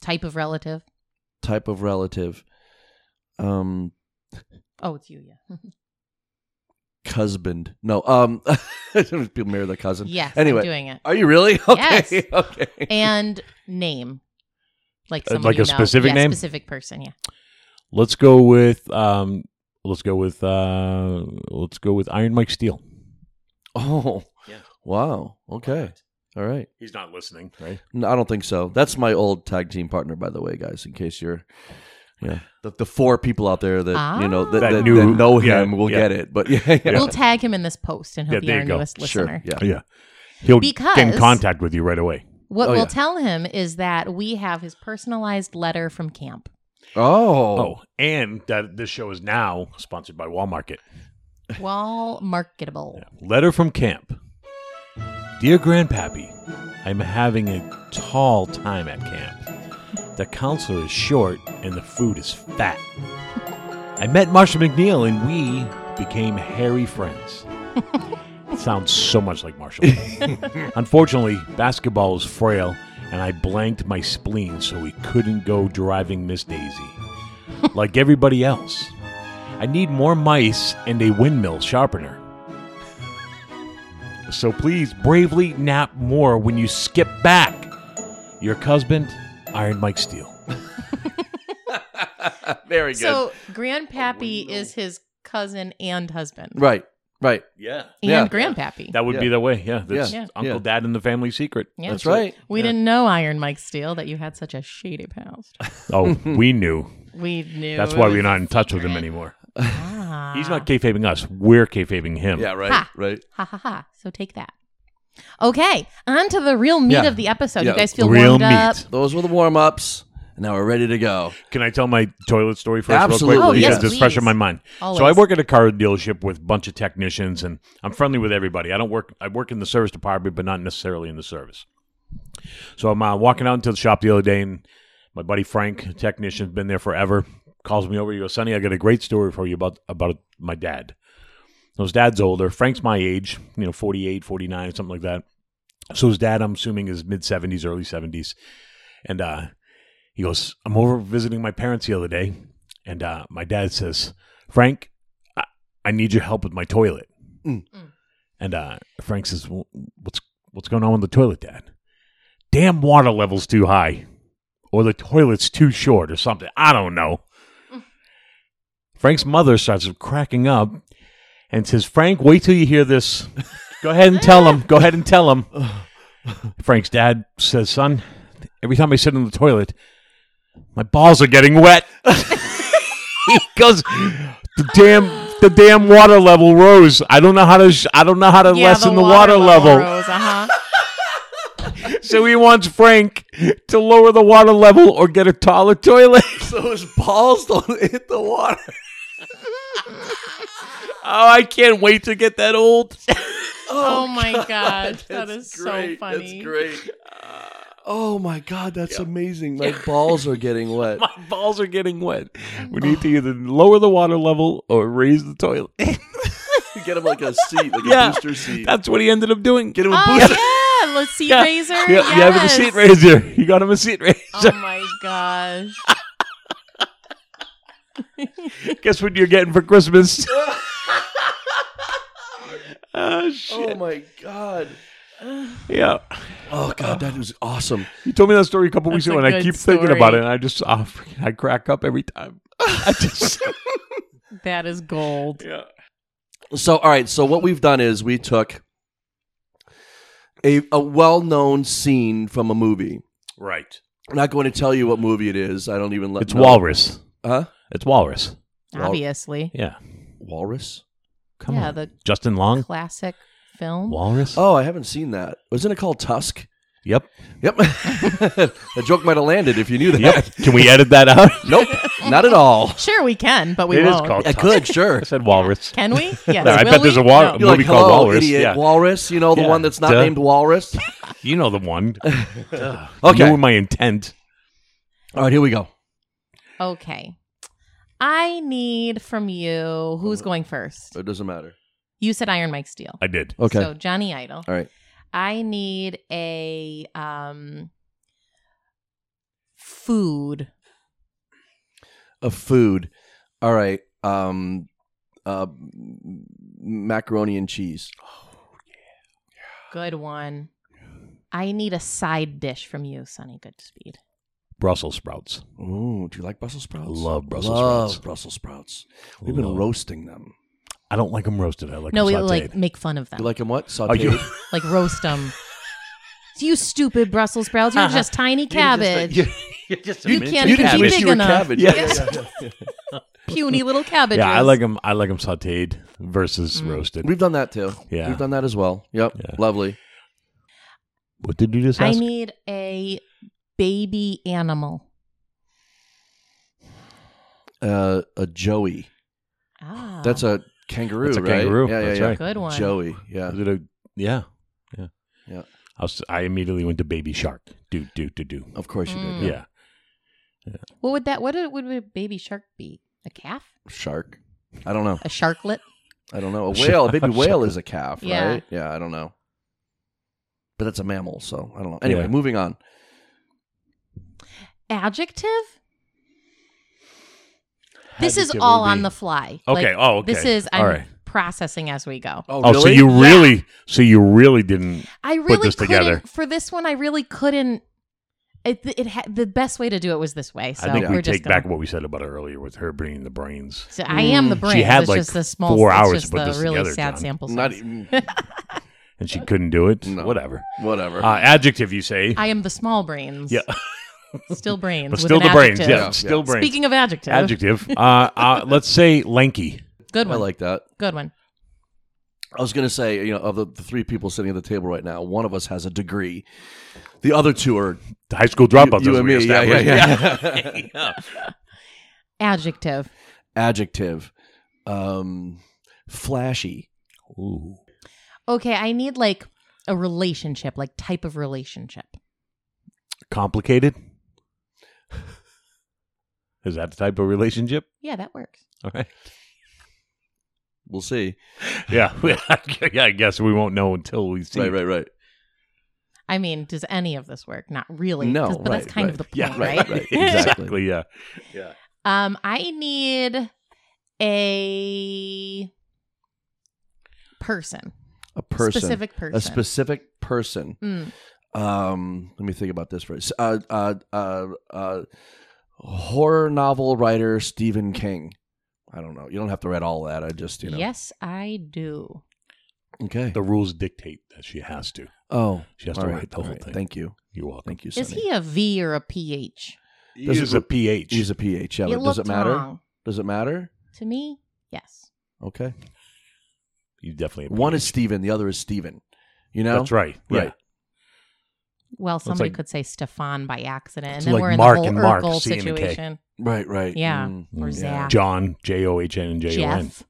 Speaker 3: Type of relative.
Speaker 1: Type of relative. Um,
Speaker 3: Oh, it's you, yeah.
Speaker 1: husband. No. Um, (laughs) people marry their
Speaker 2: Mm-hmm.
Speaker 1: cousin.
Speaker 3: yes,
Speaker 1: Anyway.
Speaker 3: I'm doing it.
Speaker 1: Are you really? (laughs) Okay.
Speaker 3: Yes.
Speaker 1: Okay.
Speaker 3: And name. Like
Speaker 2: Uh,
Speaker 3: somebody
Speaker 2: like a
Speaker 3: you know.
Speaker 2: specific
Speaker 3: Yeah,
Speaker 2: name?
Speaker 3: specific person, yeah.
Speaker 2: Let's go with um let's go with uh let's go with Iron Mike Steele.
Speaker 1: Oh.
Speaker 2: Yeah.
Speaker 1: Wow. Okay. All right.
Speaker 2: He's not listening, right?
Speaker 1: No, I don't think so. That's my old tag team partner, by the way, guys. In case you're, yeah, the, the four people out there that you know that, that,
Speaker 3: Ah. That
Speaker 1: that
Speaker 2: knew-
Speaker 1: know
Speaker 2: yeah,
Speaker 1: him will
Speaker 2: yeah.
Speaker 1: get it. But (laughs) yeah, yeah,
Speaker 3: We'll tag him in this post and he'll
Speaker 2: Yeah,
Speaker 3: be
Speaker 2: there
Speaker 3: our
Speaker 2: you go.
Speaker 3: newest
Speaker 1: sure,
Speaker 3: listener.
Speaker 1: yeah.
Speaker 2: Uh, Yeah. He'll get
Speaker 3: Because-
Speaker 2: in contact with you right away.
Speaker 3: What
Speaker 1: Oh,
Speaker 3: we'll
Speaker 1: yeah.
Speaker 3: tell him is that we have his personalized letter from camp.
Speaker 1: Oh,
Speaker 2: Oh, and that this show is now sponsored by Walmart.
Speaker 3: Well, (laughs) marketable.
Speaker 2: Letter from camp. Dear Grandpappy, I'm having a tall time at camp. The counselor is short and the food is fat. I met Marsha McNeil and we became hairy friends. It sounds so much like Marshall. Unfortunately, basketball was frail and I blanked my spleen so we couldn't go driving Miss Daisy. Like everybody else, I need more mice and a windmill sharpener. So please bravely nap more when you skip back. Your husband, Iron Mike Steele.
Speaker 1: (laughs) very good.
Speaker 3: So,
Speaker 2: Oh,
Speaker 3: Grandpappy is his cousin and husband.
Speaker 1: right, right.
Speaker 2: Yeah.
Speaker 3: And
Speaker 1: Yeah.
Speaker 3: Grandpappy.
Speaker 2: That would
Speaker 1: Yeah.
Speaker 2: be the way. Yeah. That's
Speaker 1: Yeah.
Speaker 2: Uncle
Speaker 1: Yeah.
Speaker 2: Dad and the family secret.
Speaker 3: Yeah. (laughs)
Speaker 1: That's right.
Speaker 3: We
Speaker 1: Yeah.
Speaker 3: didn't know Iron Mike Steele that you had such a shady
Speaker 2: (laughs)
Speaker 3: past.
Speaker 2: Oh,
Speaker 1: (laughs)
Speaker 2: we knew.
Speaker 3: We knew.
Speaker 2: That's why
Speaker 3: (laughs)
Speaker 2: we're not (laughs) in touch with him anymore.
Speaker 3: Ah.
Speaker 2: He's not kayfabing us. We're kayfabing him.
Speaker 1: Yeah, right,
Speaker 3: Ha.
Speaker 1: right.
Speaker 3: Ha ha ha. So take that. Okay, on to the real meat
Speaker 1: Yeah.
Speaker 3: of the episode.
Speaker 1: Yeah.
Speaker 3: You guys feel
Speaker 2: Real
Speaker 3: warmed up.
Speaker 2: meat.
Speaker 1: Those were the warm ups. Now we're ready to (laughs) go.
Speaker 2: Can I tell my toilet story first?
Speaker 1: Absolutely.
Speaker 2: Real
Speaker 1: Oh,
Speaker 2: quick?
Speaker 1: yes,
Speaker 2: Because it's fresh in
Speaker 3: please.
Speaker 2: my mind.
Speaker 3: Always.
Speaker 2: So I work at a car dealership with a bunch of technicians, and I'm friendly with everybody. I don't work. I work in the service department, but not necessarily in the service. So I'm uh, walking out into the shop the other day, and my buddy Frank, technician, been there forever, calls me over. He goes, "Sonny, I got a great story for you about about my dad." So his dad's older. Frank's my age, you know, 48, 49, something like that. So his dad, I'm assuming, is mid 70s, early 70s. And uh, he goes, I'm over visiting my parents the other day. And uh, my dad says, Frank, I, I need your help with my toilet.
Speaker 1: Mm.
Speaker 3: Mm.
Speaker 2: And uh, Frank says, "Wh- what's, what's going on with the toilet, Dad? Damn water level's too high. Or the toilet's too short or something. I don't know. (laughs) Frank's mother starts cracking up and says, Frank, wait till you hear this. Go ahead and tell him. Go ahead and tell (laughs) him. Frank's dad says, Son, every time I sit in the toilet, my balls are getting wet. (laughs) he goes, the damn, the damn water level rose. I don't know how to, sh- I don't know how to lessen the water, level.
Speaker 3: rose, uh-huh.
Speaker 2: So he wants Frank to lower the water level or get a taller toilet. (laughs)
Speaker 1: So his balls don't (laughs) hit the water.
Speaker 2: oh, I can't wait to get that old.
Speaker 3: Oh, my gosh, that
Speaker 1: That's
Speaker 3: is so
Speaker 1: great. That's
Speaker 3: funny.
Speaker 1: great. Oh my god, that's amazing. My balls are getting (laughs) wet.
Speaker 2: (laughs) My balls are getting wet. We need to either lower the water level or raise the (laughs) toilet.
Speaker 1: You get him like a seat, like
Speaker 2: Yeah.
Speaker 1: a booster seat.
Speaker 2: That's what he ended up doing.
Speaker 1: Get him a booster.
Speaker 3: Oh yeah, let's see
Speaker 2: Yeah.
Speaker 3: razor.
Speaker 2: Yeah,
Speaker 3: yes.
Speaker 2: you have a seat raiser. (laughs) You got him a seat raiser.
Speaker 3: Oh my gosh.
Speaker 2: (laughs) Guess what you're getting for (laughs) Christmas? oh
Speaker 1: (laughs) Oh
Speaker 2: shit!
Speaker 1: my god.
Speaker 2: Yeah,
Speaker 1: Oh god, that was awesome.
Speaker 2: you told me that story a couple weeks
Speaker 3: That's
Speaker 2: ago,
Speaker 3: a
Speaker 2: and I
Speaker 3: good
Speaker 2: keep thinking about
Speaker 3: story.
Speaker 2: it, and I just oh, freaking- (laughs) I crack up every (laughs) time. I just
Speaker 3: That is gold.
Speaker 2: (laughs) yeah.
Speaker 1: So, all right. So, what we've done is we took a, a well known scene from a movie.
Speaker 2: right.
Speaker 1: I'm not going to tell you what movie it is. I don't even let
Speaker 2: It's
Speaker 1: no.
Speaker 2: walrus.
Speaker 1: Huh?
Speaker 2: It's walrus.
Speaker 1: Well-
Speaker 3: Obviously.
Speaker 2: Yeah,
Speaker 1: Walrus?
Speaker 2: come
Speaker 3: yeah,
Speaker 2: on,
Speaker 3: the
Speaker 2: Justin Long.
Speaker 3: classic film.
Speaker 2: Walrus.
Speaker 1: Oh, I haven't seen that. Wasn't it called Tusk?
Speaker 2: Yep.
Speaker 1: (laughs) Yep. the joke might have landed if you knew that.
Speaker 2: Yep. Can we edit that out?
Speaker 1: Nope. Not at all.
Speaker 3: Sure we can, but we
Speaker 2: It is
Speaker 3: won't.
Speaker 2: called-
Speaker 1: I could, sure.
Speaker 2: I said walrus.
Speaker 3: Can we?
Speaker 2: (laughs)
Speaker 3: Yes.
Speaker 2: I
Speaker 3: Will
Speaker 2: bet there's
Speaker 3: we?
Speaker 2: (laughs) a wa-
Speaker 3: No.
Speaker 1: You're like,
Speaker 2: movie called
Speaker 1: hello,
Speaker 2: Walrus,
Speaker 1: idiot.
Speaker 2: yeah.
Speaker 1: Walrus, you know, the
Speaker 2: Yeah,
Speaker 1: one that's not
Speaker 2: duh.
Speaker 1: named Walrus.
Speaker 2: You know the one.
Speaker 1: (laughs) Okay.
Speaker 2: You knew my intent.
Speaker 1: All right, here we go.
Speaker 3: Okay. I need from you who's going first?
Speaker 1: It doesn't matter.
Speaker 3: You said Iron Mike Steele.
Speaker 2: I did.
Speaker 1: Okay.
Speaker 3: So Johnny Idol.
Speaker 1: all right.
Speaker 3: I need a um food.
Speaker 1: Of food. All right. Um, uh, macaroni and cheese.
Speaker 3: Good one. I need a side dish from you, Sonny Goodspeed.
Speaker 2: Brussels sprouts.
Speaker 1: Ooh, do you like Brussels sprouts?
Speaker 2: love Brussels
Speaker 1: Love
Speaker 2: sprouts.
Speaker 1: Brussels sprouts. We've been
Speaker 2: Love.
Speaker 1: roasting them.
Speaker 2: I don't like them roasted. I like
Speaker 3: no,
Speaker 2: them
Speaker 3: we
Speaker 2: sauteed.
Speaker 3: like make fun of them.
Speaker 1: You like them what? Sauteed.
Speaker 2: Are you- (laughs)
Speaker 3: like roast them. you stupid Brussels sprouts. You're
Speaker 2: (laughs)
Speaker 3: just tiny (laughs) cabbage.
Speaker 2: You're just
Speaker 3: You
Speaker 2: mince
Speaker 3: can't
Speaker 1: you
Speaker 3: even
Speaker 1: didn't
Speaker 3: be
Speaker 1: wish
Speaker 2: (laughs)
Speaker 3: big
Speaker 1: you were
Speaker 3: enough.
Speaker 1: cabbage.
Speaker 2: Yeah.
Speaker 1: (laughs)
Speaker 3: Puny little cabbage.
Speaker 2: (laughs) Yeah, I like them. I like them sautéed versus
Speaker 3: Mm.
Speaker 2: roasted.
Speaker 1: We've done that too.
Speaker 2: Yeah.
Speaker 1: We've done that as well. Yep.
Speaker 2: Yeah.
Speaker 1: Lovely.
Speaker 2: What did you just
Speaker 3: I
Speaker 2: ask?
Speaker 3: need a baby animal.
Speaker 1: Uh, a Joey.
Speaker 3: Ah,
Speaker 1: That's a kangaroo,
Speaker 2: That's a
Speaker 1: right?
Speaker 2: kangaroo.
Speaker 1: Yeah, yeah,
Speaker 2: That's
Speaker 1: yeah.
Speaker 2: right.
Speaker 3: good one.
Speaker 1: Joey. Yeah.
Speaker 2: Is it a- yeah, yeah,
Speaker 1: Yeah.
Speaker 2: I, was, I immediately went to baby shark. Do do do do.
Speaker 1: Of course you
Speaker 3: Mm.
Speaker 1: did.
Speaker 2: Yeah.
Speaker 1: Yeah.
Speaker 3: What would that? What would, would a baby shark be? A calf?
Speaker 1: Shark. I don't know.
Speaker 3: A sharklet?
Speaker 1: I don't
Speaker 2: (laughs)
Speaker 1: know. A whale. A baby
Speaker 2: Shark.
Speaker 1: whale is a calf,
Speaker 3: Yeah.
Speaker 1: right? Yeah. I don't know. But that's a mammal, so I don't know. Anyway,
Speaker 2: Yeah.
Speaker 1: moving on.
Speaker 3: Adjective? This is
Speaker 2: Adjective
Speaker 3: all
Speaker 2: would be-
Speaker 3: on the fly. Like,
Speaker 2: Okay. oh, okay.
Speaker 3: This is I'm
Speaker 2: all right.
Speaker 3: processing as we go.
Speaker 1: Oh,
Speaker 2: Oh, so you really, so you really didn't.
Speaker 3: I really
Speaker 2: this
Speaker 3: couldn't
Speaker 2: together.
Speaker 3: for this one. I really couldn't. It, it ha- the best way to do it was this way. So
Speaker 2: I think
Speaker 3: we're
Speaker 2: we
Speaker 3: just
Speaker 2: take
Speaker 3: gonna,
Speaker 2: back what we said about it earlier with her bringing the brains.
Speaker 3: So I am the
Speaker 1: Mm.
Speaker 3: brain.
Speaker 2: She had,
Speaker 3: it's
Speaker 2: like,
Speaker 3: just the small,
Speaker 2: four
Speaker 3: it's
Speaker 2: hours
Speaker 3: just
Speaker 2: to put
Speaker 3: the
Speaker 2: this
Speaker 3: really
Speaker 2: together,
Speaker 3: sad
Speaker 2: John.
Speaker 3: sample size.
Speaker 1: Not e-, even,
Speaker 2: and she couldn't do it.
Speaker 1: No. (laughs)
Speaker 2: Whatever.
Speaker 1: whatever.
Speaker 2: Uh, adjective, you say.
Speaker 3: Uh, I am the small brains.
Speaker 2: yeah,
Speaker 3: still brains.
Speaker 2: but
Speaker 3: with
Speaker 2: still
Speaker 3: an
Speaker 2: the brains. Yeah,
Speaker 3: adjective.
Speaker 1: Yeah,
Speaker 2: still
Speaker 1: yeah.
Speaker 2: brains.
Speaker 3: Speaking of adjective,
Speaker 2: adjective. (laughs) uh, uh, let's say lanky.
Speaker 3: good
Speaker 1: I
Speaker 3: one.
Speaker 1: like that.
Speaker 3: good one.
Speaker 1: I was going to say, you know, of the, the three people sitting at the table right now, one of us has a degree. The other two are
Speaker 2: The high school dropout.
Speaker 1: you, you and me. Yeah, yeah, yeah.
Speaker 2: (laughs)
Speaker 3: Adjective.
Speaker 1: Adjective. Um, flashy.
Speaker 2: Ooh.
Speaker 3: Okay, I need like a relationship, like type of relationship.
Speaker 2: Complicated. (laughs) Is that the type of relationship?
Speaker 1: (laughs)
Speaker 3: Yeah, that works.
Speaker 2: All right.
Speaker 1: We'll see.
Speaker 2: Yeah, (laughs) yeah. I guess we won't know until we see.
Speaker 1: Right, right, right.
Speaker 3: I mean, does any of this work? Not really.
Speaker 1: No,
Speaker 3: 'cause- but that's
Speaker 1: right,
Speaker 3: kind
Speaker 1: right.
Speaker 3: of the point,
Speaker 2: Yeah,
Speaker 3: right?
Speaker 1: right, right,
Speaker 3: (laughs)
Speaker 1: exactly.
Speaker 2: (laughs) exactly. Yeah.
Speaker 3: Um, I need a person,
Speaker 1: A person,
Speaker 3: specific person.
Speaker 1: a specific person.
Speaker 3: Mm.
Speaker 1: Um, let me think about this first. Uh, uh, uh, uh, horror novel writer Stephen King. I don't know. You don't have to read all that. I just, you know.
Speaker 3: Yes, I do.
Speaker 1: Okay.
Speaker 2: The rules dictate that she has to.
Speaker 1: Oh,
Speaker 2: She has
Speaker 1: all
Speaker 2: to
Speaker 1: right,
Speaker 2: write the
Speaker 1: all
Speaker 2: whole
Speaker 1: right.
Speaker 2: thing.
Speaker 1: Thank you.
Speaker 2: You're welcome.
Speaker 1: Thank you.
Speaker 3: Is
Speaker 1: Sonny.
Speaker 3: he a V or a PH?
Speaker 2: He
Speaker 1: Does
Speaker 2: is
Speaker 1: it-
Speaker 2: a PH.
Speaker 1: He's a PH. Yeah.
Speaker 3: you
Speaker 1: but Does it
Speaker 3: looked
Speaker 1: matter?
Speaker 3: wrong.
Speaker 1: Does it matter?
Speaker 3: To me, yes.
Speaker 1: Okay.
Speaker 2: He's definitely a
Speaker 1: One
Speaker 2: PH.
Speaker 1: is Steven, the other is Steven. You know?
Speaker 2: That's right. Yeah.
Speaker 1: Right.
Speaker 3: Well, somebody
Speaker 2: like-
Speaker 3: could say Stefan by accident, and
Speaker 2: It's
Speaker 3: then
Speaker 2: like
Speaker 3: we're in
Speaker 2: Mark
Speaker 3: the whole
Speaker 2: and Mark,
Speaker 3: Urkel
Speaker 2: C and a K.
Speaker 3: situation.
Speaker 1: Right, right.
Speaker 3: Yeah.
Speaker 1: Mm.
Speaker 3: Or Zach.
Speaker 2: John J O H N and J O N.
Speaker 3: Jeff.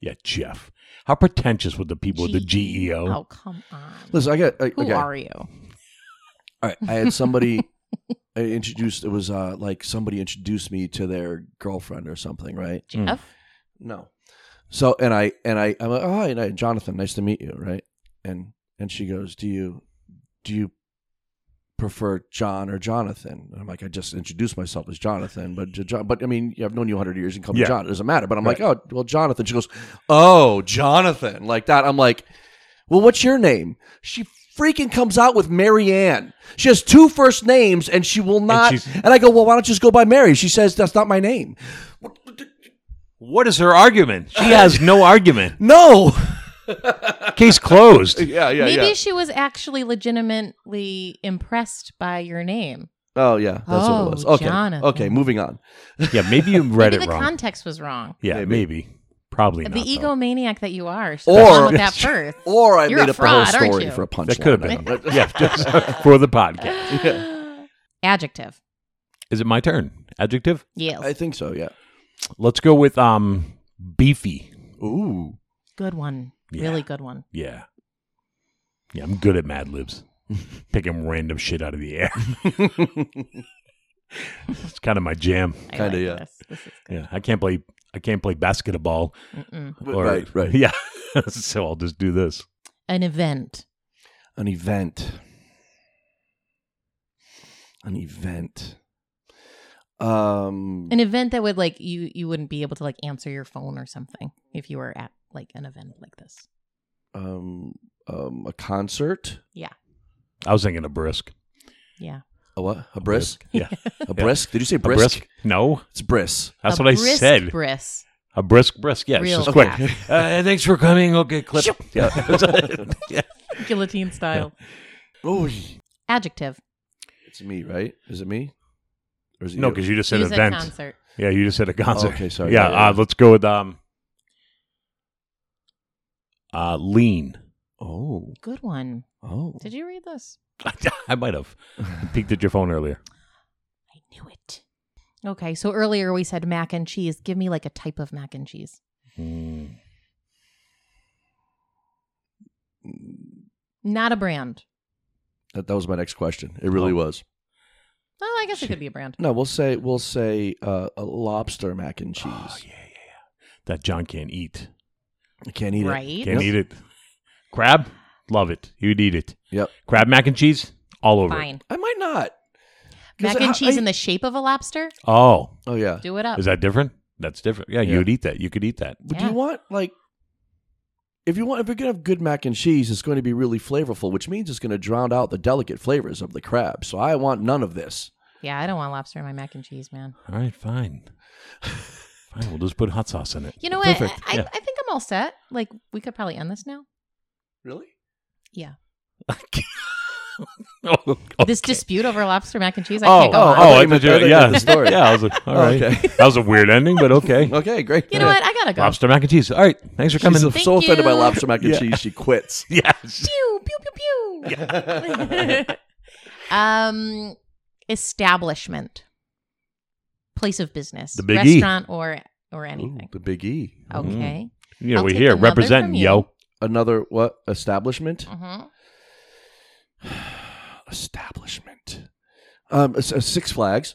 Speaker 2: Yeah, Jeff. How pretentious with the people with the G E
Speaker 3: Oh,
Speaker 2: O?
Speaker 3: come on.
Speaker 1: Listen, I got. I,
Speaker 3: Who
Speaker 1: okay.
Speaker 3: are you?
Speaker 1: All right. I had
Speaker 3: (laughs)
Speaker 1: somebody I introduced. It was uh, like somebody introduced me to their girlfriend or something, right?
Speaker 2: Mm.
Speaker 3: Jeff?
Speaker 1: No. So and I and I I'm like, oh, hi, and I, Jonathan, nice to meet you, right? And and she goes, do you do you prefer John or Jonathan? And I'm like, I just introduced myself as Jonathan, but J- John, but I mean, I've known you 100 years and call me
Speaker 2: Yeah.
Speaker 1: John. It doesn't matter. But I'm like, oh, well, Jonathan. She goes, oh, Jonathan, like that. I'm like, well, what's your name? She freaking comes out with Mary Ann. She has two first names, and she will not.
Speaker 2: she's-
Speaker 1: and I go, well, why don't you just go by Mary? She says that's not my name.
Speaker 2: What is her argument? She has no argument.
Speaker 1: No.
Speaker 2: (laughs) Case closed. (laughs)
Speaker 1: Yeah, yeah,
Speaker 3: Maybe
Speaker 1: yeah.
Speaker 3: she was actually legitimately impressed by your name.
Speaker 1: Oh, yeah. That's what
Speaker 3: Oh,
Speaker 1: it was. Okay.
Speaker 3: Jonathan.
Speaker 1: Okay, moving on.
Speaker 2: Yeah, maybe you read
Speaker 3: Maybe
Speaker 2: it
Speaker 3: the
Speaker 2: wrong.
Speaker 3: context was wrong.
Speaker 2: yeah,
Speaker 1: Maybe.
Speaker 2: maybe. Probably not.
Speaker 3: the
Speaker 2: though.
Speaker 3: egomaniac that you are. Should
Speaker 1: Or-
Speaker 3: have gone with
Speaker 2: (laughs)
Speaker 3: that first.
Speaker 1: Or I
Speaker 3: You're
Speaker 1: made
Speaker 3: a
Speaker 1: up a whole
Speaker 3: fraud, aren't
Speaker 1: story
Speaker 3: you?
Speaker 1: for a punchline.
Speaker 2: That could have been.
Speaker 1: But-
Speaker 3: (laughs)
Speaker 2: yeah, just (laughs) for the podcast.
Speaker 3: Adjective.
Speaker 2: Is it my turn? Adjective?
Speaker 3: Yes.
Speaker 1: I think so, yeah.
Speaker 2: Let's go with um beefy.
Speaker 1: (laughs) Ooh.
Speaker 3: good one.
Speaker 2: Yeah.
Speaker 3: Really good one.
Speaker 2: Yeah. Yeah, I'm good at
Speaker 1: (laughs)
Speaker 2: Mad Libs. Picking random shit out of the air. (laughs) it's kind of my jam.
Speaker 3: I
Speaker 1: Kinda,
Speaker 3: like
Speaker 1: yeah.
Speaker 3: This. This is good.
Speaker 2: Yeah, I can't play. I can't play basketball.
Speaker 3: Mm-mm.
Speaker 2: Or,
Speaker 1: right, right.
Speaker 2: (laughs) Yeah, so I'll just do this.
Speaker 3: An event.
Speaker 1: An event. An event. Um
Speaker 3: An event that would like you you wouldn't be able to like answer your phone or something if you were at like an event like this.
Speaker 1: um um a concert?
Speaker 2: I was thinking a brisk.
Speaker 3: Yeah.
Speaker 1: A what? A brisk?
Speaker 3: (laughs)
Speaker 2: Yeah,
Speaker 1: A brisk? Did you say
Speaker 2: a
Speaker 1: brisk?
Speaker 2: brisk. No,
Speaker 1: It's brisk.
Speaker 2: that's
Speaker 3: A
Speaker 2: what I
Speaker 3: brisk
Speaker 2: said.
Speaker 3: Brisk.
Speaker 2: a brisk, brisk. Yes,
Speaker 3: Real
Speaker 2: just quick.
Speaker 3: fast.
Speaker 2: (laughs) Uh, thanks for coming. Okay, clip.
Speaker 3: Shoop.
Speaker 1: (laughs)
Speaker 2: Yeah. (laughs)
Speaker 3: Guillotine style.
Speaker 1: Oh,
Speaker 3: Adjective.
Speaker 1: it's me, right? Is it me? Or is it
Speaker 2: no,
Speaker 1: you?
Speaker 2: because you just said
Speaker 3: you said
Speaker 2: event.
Speaker 3: concert.
Speaker 2: yeah, you just said a concert.
Speaker 1: Oh, okay, sorry.
Speaker 2: Yeah,
Speaker 1: Yeah, yeah,
Speaker 2: Uh,
Speaker 1: yeah.
Speaker 2: let's go with um. Uh, lean. (laughs)
Speaker 1: Oh.
Speaker 3: Good one.
Speaker 1: Oh.
Speaker 3: Did you read this?
Speaker 2: I might have
Speaker 1: (laughs)
Speaker 2: peeked at your phone earlier.
Speaker 3: I knew it. Okay, so earlier we said mac and cheese. Give me like a type of mac and cheese.
Speaker 2: Mm.
Speaker 3: Not a brand.
Speaker 1: That, that was my next question. It really
Speaker 2: Oh.
Speaker 1: was.
Speaker 3: Well, I guess it could be a brand.
Speaker 1: No, we'll say we'll say uh, a lobster mac and cheese.
Speaker 2: Oh yeah, yeah, yeah. That John can't eat.
Speaker 1: Ah, I can't eat
Speaker 3: right?
Speaker 1: it.
Speaker 2: Can't eat it. Crab, love it. You'd eat it.
Speaker 1: Yep.
Speaker 2: Crab mac and cheese, all over. it.
Speaker 3: Fine.
Speaker 1: I might not. 'Cause
Speaker 3: Mac and
Speaker 1: I-
Speaker 3: cheese
Speaker 1: I-
Speaker 3: in the shape of a lobster?
Speaker 2: Oh,
Speaker 1: Oh yeah.
Speaker 3: Do it up.
Speaker 2: is that different? That's different. Yeah,
Speaker 1: Yeah.
Speaker 2: you would eat that. You could eat that.
Speaker 1: But
Speaker 3: Yeah.
Speaker 1: do you want like if you want if you're gonna have good mac and cheese, it's going to be really flavorful, which means it's going to drown out the delicate flavors of the crab. So I want none of this.
Speaker 3: yeah, I don't want lobster in my mac and cheese, man.
Speaker 2: All right,
Speaker 1: (laughs)
Speaker 2: fine. fine, we'll just put hot sauce in it.
Speaker 3: You know what?
Speaker 1: Perfect,
Speaker 3: I,
Speaker 2: yeah.
Speaker 3: I think I'm all set. Like, we could probably end this now.
Speaker 1: Really?
Speaker 3: Yeah.
Speaker 2: oh,
Speaker 3: This dispute over lobster mac and cheese, I
Speaker 2: oh,
Speaker 3: can't go
Speaker 2: oh,
Speaker 3: on.
Speaker 1: thought
Speaker 2: I
Speaker 1: you meant
Speaker 2: thought you
Speaker 1: the other
Speaker 2: yeah,
Speaker 1: end of the story.
Speaker 2: yeah. I was like, all right,
Speaker 1: Okay.
Speaker 2: that was a weird ending,
Speaker 1: (laughs)
Speaker 2: but okay.
Speaker 1: Okay, great.
Speaker 3: you know what? I gotta go.
Speaker 2: Lobster mac and cheese. All right, thanks for coming.
Speaker 1: She's
Speaker 3: Thank
Speaker 1: so offended by
Speaker 3: you.
Speaker 1: lobster mac (laughs) and
Speaker 2: Yeah.
Speaker 1: cheese, she
Speaker 3: (laughs)
Speaker 1: quits.
Speaker 2: (laughs) yes.
Speaker 3: Pew, pew, pew, pew.
Speaker 2: (laughs)
Speaker 3: um, establishment, place of business,
Speaker 2: The Big E. Mm.
Speaker 3: restaurant, or or anything.
Speaker 1: Ooh, the Big E.
Speaker 3: Okay.
Speaker 2: You know,
Speaker 3: I'll
Speaker 2: we're
Speaker 3: take
Speaker 2: here
Speaker 3: another
Speaker 2: representing,
Speaker 3: from you.
Speaker 2: yo.
Speaker 1: Another what establishment?
Speaker 3: Mhm.
Speaker 1: Establishment. Um, s- uh, Six Flags.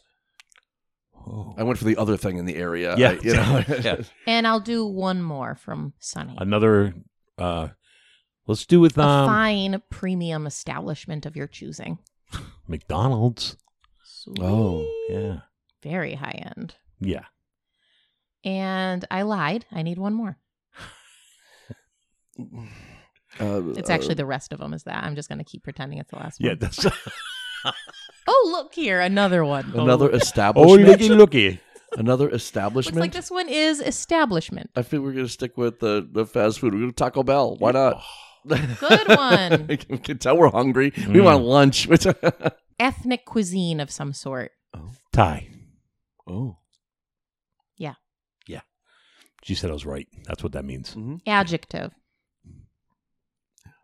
Speaker 2: Oh.
Speaker 1: I went for the other thing in the area.
Speaker 2: Yeah,
Speaker 1: I- you know? (laughs)
Speaker 2: (laughs) yeah.
Speaker 3: And I'll do one more from Sunny.
Speaker 2: Another. Uh, let's do with
Speaker 3: a
Speaker 2: um,
Speaker 3: fine premium establishment of your choosing.
Speaker 2: McDonald's.
Speaker 1: Oh.
Speaker 2: Yeah.
Speaker 3: Very high end.
Speaker 2: Yeah.
Speaker 3: And I lied. I need one more.
Speaker 1: Uh,
Speaker 3: It's actually the rest of them is that. I'm just going to keep pretending it's the last
Speaker 2: Yeah.
Speaker 1: (laughs)
Speaker 3: one.
Speaker 2: That's,
Speaker 3: Oh, look here. Another one.
Speaker 1: uh, another
Speaker 2: oh,
Speaker 1: establishment. (laughs)
Speaker 2: looky, looky.
Speaker 1: another
Speaker 3: Looks like
Speaker 1: establishment.
Speaker 3: this one is establishment.
Speaker 1: I feel we're gonna stick with the, the fast food. We're gonna Taco Bell. Why not?
Speaker 3: (laughs) Good one.
Speaker 1: (laughs) we can can tell we're hungry. We
Speaker 2: Mm.
Speaker 1: want lunch. Which- (laughs)
Speaker 3: Ethnic cuisine of some sort.
Speaker 2: Thai.
Speaker 1: oh,
Speaker 2: She said I was right. That's what that means.
Speaker 3: Adjective.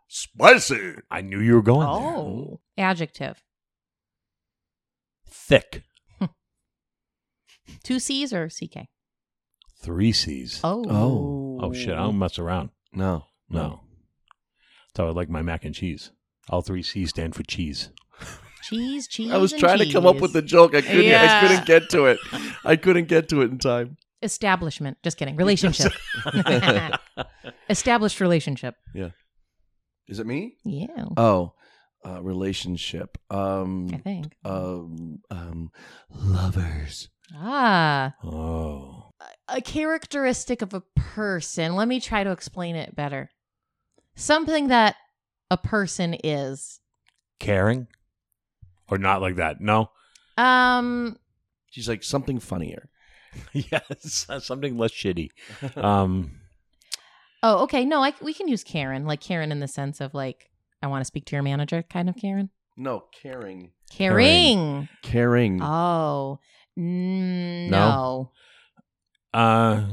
Speaker 1: spicy.
Speaker 2: I knew you were going there.
Speaker 3: Oh. Adjective.
Speaker 2: Thick.
Speaker 3: Two C's or CK?
Speaker 2: Three C's. Oh,
Speaker 3: Oh.
Speaker 1: Oh.
Speaker 2: shit. I don't mess around.
Speaker 1: No,
Speaker 2: No. That's how I like my mac and cheese. All three C's stand for cheese.
Speaker 3: Cheese, cheese.
Speaker 1: I was
Speaker 3: and
Speaker 1: trying to come up
Speaker 3: cheese.
Speaker 1: with the joke. I couldn't.
Speaker 3: Yeah.
Speaker 1: I couldn't get
Speaker 3: (laughs)
Speaker 1: to it. I couldn't get to it in time.
Speaker 3: establishment. Just kidding. Relationship.
Speaker 1: (laughs)
Speaker 3: (laughs) Established relationship.
Speaker 1: Is it me?
Speaker 3: Yeah.
Speaker 1: Oh, uh, relationship.
Speaker 3: I
Speaker 1: Um,
Speaker 2: Mm,
Speaker 3: think.
Speaker 2: uh, Mm-hmm.
Speaker 1: um, um, lovers.
Speaker 3: ah.
Speaker 2: Oh.
Speaker 3: a characteristic of a person. Let me try to explain it better. Something that a person is.
Speaker 2: Caring? Or not like that? No.
Speaker 3: Um
Speaker 1: She's like something funnier.
Speaker 2: (laughs) yes. Something less shitty. Um,
Speaker 3: oh okay, no, I, we can use Karen, like Karen in the sense of like I want to speak to your manager kind of Karen.
Speaker 1: No, caring.
Speaker 3: Caring.
Speaker 1: Caring.
Speaker 3: Oh. n-
Speaker 2: Mm. No.
Speaker 3: No.
Speaker 2: uh,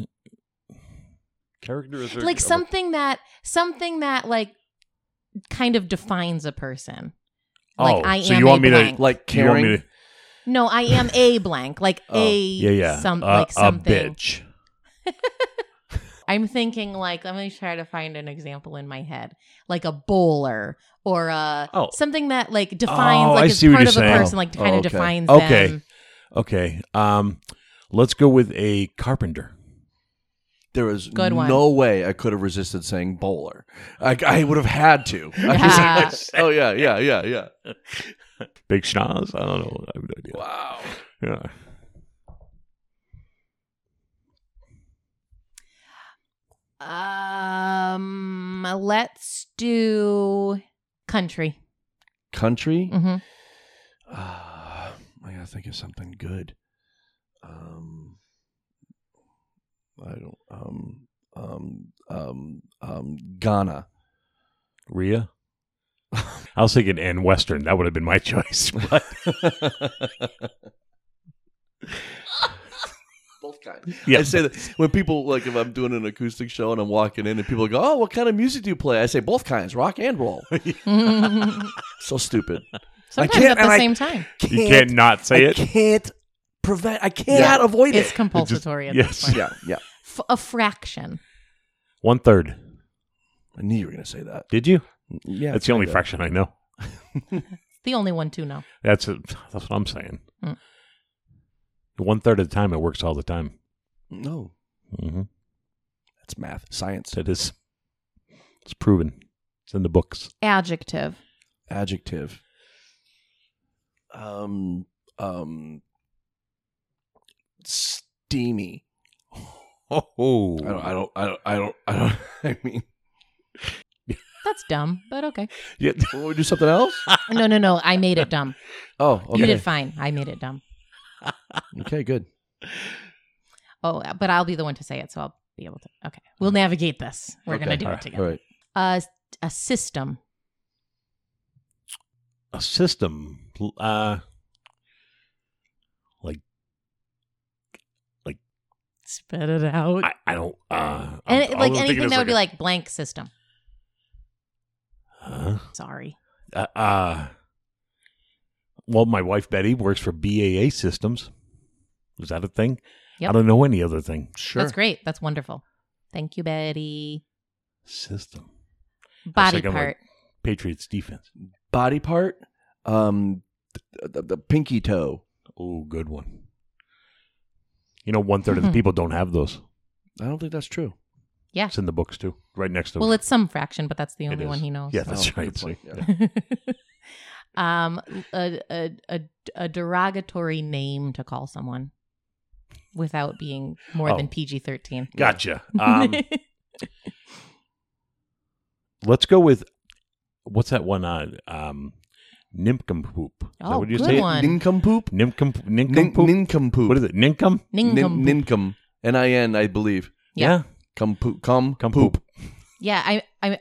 Speaker 2: characteristic.
Speaker 3: Like something that something that like kind of defines a person.
Speaker 2: Oh,
Speaker 3: Like I
Speaker 2: so
Speaker 3: am
Speaker 2: you want
Speaker 3: a
Speaker 2: me to-
Speaker 3: blank.
Speaker 1: like
Speaker 2: You want me
Speaker 1: caring.
Speaker 2: to-
Speaker 3: No, I am a blank.
Speaker 2: (laughs)
Speaker 3: Like
Speaker 1: Oh,
Speaker 3: a
Speaker 2: yeah, yeah.
Speaker 3: some
Speaker 2: Uh,
Speaker 3: like something.
Speaker 2: A bitch.
Speaker 3: I'm thinking like let me try to find an example in my head, like a bowler or a
Speaker 2: Oh.
Speaker 3: something that like defines
Speaker 2: Oh,
Speaker 3: like
Speaker 2: I
Speaker 3: is
Speaker 2: see what
Speaker 3: part
Speaker 2: you're
Speaker 3: of the
Speaker 2: saying.
Speaker 3: person, like
Speaker 1: Oh,
Speaker 3: kind of
Speaker 1: okay.
Speaker 3: defines
Speaker 2: Okay.
Speaker 3: them.
Speaker 2: Okay. Um, let's go with a carpenter.
Speaker 1: There is
Speaker 3: Good one.
Speaker 1: no way I could have resisted saying bowler. I, I would have had
Speaker 3: (laughs)
Speaker 1: to. I was
Speaker 3: Yeah.
Speaker 1: like, oh yeah, yeah, yeah, yeah.
Speaker 2: Big schnoz? I don't know. I have no idea.
Speaker 1: Wow.
Speaker 2: Yeah.
Speaker 3: Um, let's do country.
Speaker 1: Country.
Speaker 2: (laughs)
Speaker 3: hmm
Speaker 1: Ah, I gotta think of something good. Um, I don't. Um, um, um, um, Ghana.
Speaker 2: Rhea? (laughs) I was thinking Ann Western. That would have been my (laughs) choice. But
Speaker 1: (laughs) Both kinds.
Speaker 2: Yeah.
Speaker 1: I say that when people like if I'm doing an acoustic show and I'm walking in and people go, "Oh, what kind of music do you play?" I say both kinds, rock and
Speaker 2: (laughs)
Speaker 1: roll. so stupid.
Speaker 3: Sometimes
Speaker 1: can't-
Speaker 3: at the
Speaker 1: and I-
Speaker 3: same time,
Speaker 2: you can't not say
Speaker 1: I
Speaker 2: it.
Speaker 1: can't prevent. I cannot avoid
Speaker 3: it's
Speaker 1: it.
Speaker 3: compulsatory at
Speaker 2: yes.
Speaker 3: this point.
Speaker 1: yeah, yeah.
Speaker 3: F- a fraction.
Speaker 2: One third.
Speaker 1: I knew you were gonna say that.
Speaker 2: Did you?
Speaker 1: Yeah,
Speaker 2: That's the only
Speaker 1: kinda.
Speaker 2: fraction I know.
Speaker 3: The only one to know.
Speaker 2: That's a, that's what I'm saying.
Speaker 3: Mm.
Speaker 2: One third of the time, it works all the time.
Speaker 1: No,
Speaker 2: Mm-hmm.
Speaker 1: that's math, science,
Speaker 2: It is. It's proven. It's in the books.
Speaker 3: Adjective.
Speaker 1: adjective. Um, um, steamy.
Speaker 2: Oh,
Speaker 1: I don't. I don't. I don't. I don't. I, don't, (laughs) I mean,
Speaker 3: That's dumb, but okay.
Speaker 1: (laughs)
Speaker 2: Yeah.
Speaker 1: will we do something else?
Speaker 3: No, no, no. I made it dumb.
Speaker 1: Oh,
Speaker 3: You
Speaker 1: okay.
Speaker 3: did fine. I made it dumb.
Speaker 1: Okay, good.
Speaker 3: Oh, but I'll be the one to say it, so I'll be able to. Okay, we'll navigate this. We're
Speaker 1: Okay.
Speaker 3: gonna do
Speaker 2: Mm.
Speaker 3: it
Speaker 2: All
Speaker 1: All
Speaker 2: right.
Speaker 3: together.
Speaker 1: right.
Speaker 3: Uh, a system.
Speaker 2: A system, uh, like
Speaker 3: Spit it out.
Speaker 2: I, I don't. Uh,
Speaker 3: and
Speaker 2: I'm-
Speaker 3: it-
Speaker 2: all
Speaker 3: like
Speaker 2: I'm thinking
Speaker 3: anything
Speaker 2: is
Speaker 3: that would be like blank system.
Speaker 2: a- Huh?
Speaker 3: Sorry.
Speaker 2: uh, uh well my wife betty works for baa systems is that a thing i
Speaker 3: Yep.
Speaker 2: don't know any other thing
Speaker 1: Sure.
Speaker 3: That's great. That's wonderful. Thank you, Betty.
Speaker 2: system
Speaker 3: Body
Speaker 2: like I'm, like-
Speaker 3: part.
Speaker 2: patriots defense
Speaker 1: Body part. Um, the, the, the pinky toe.
Speaker 2: oh good one You know, one third of the
Speaker 3: Mhm.
Speaker 2: people don't have those.
Speaker 1: I don't think that's true.
Speaker 2: It's in the books too, right next to
Speaker 3: Well,
Speaker 2: it.
Speaker 3: it's some fraction, but that's the
Speaker 2: It
Speaker 3: only one
Speaker 2: is.
Speaker 3: he knows.
Speaker 2: Yeah, that's
Speaker 1: Oh,
Speaker 2: right.
Speaker 1: good point. Yeah.
Speaker 3: (laughs) um, a, a, a, a derogatory name to call someone without being more
Speaker 2: Oh.
Speaker 3: than PG 13.
Speaker 2: Gotcha.
Speaker 3: (laughs)
Speaker 2: Um, let's go with what's that one? Uh, um, nincompoop. Is that
Speaker 3: oh,
Speaker 2: what you
Speaker 3: good
Speaker 2: say? it?
Speaker 3: one.
Speaker 1: Nincompoop.
Speaker 2: Nincomp-
Speaker 1: Nin-
Speaker 2: nincompoop.
Speaker 1: Nincompoop.
Speaker 2: what is it? Nincom.
Speaker 1: Nin-
Speaker 3: Nincom-
Speaker 1: Nincom. N I N, I believe.
Speaker 3: Yeah.
Speaker 1: Come poop. Come,
Speaker 2: Come
Speaker 1: poop.
Speaker 2: poop.
Speaker 3: yeah, I, I, uh,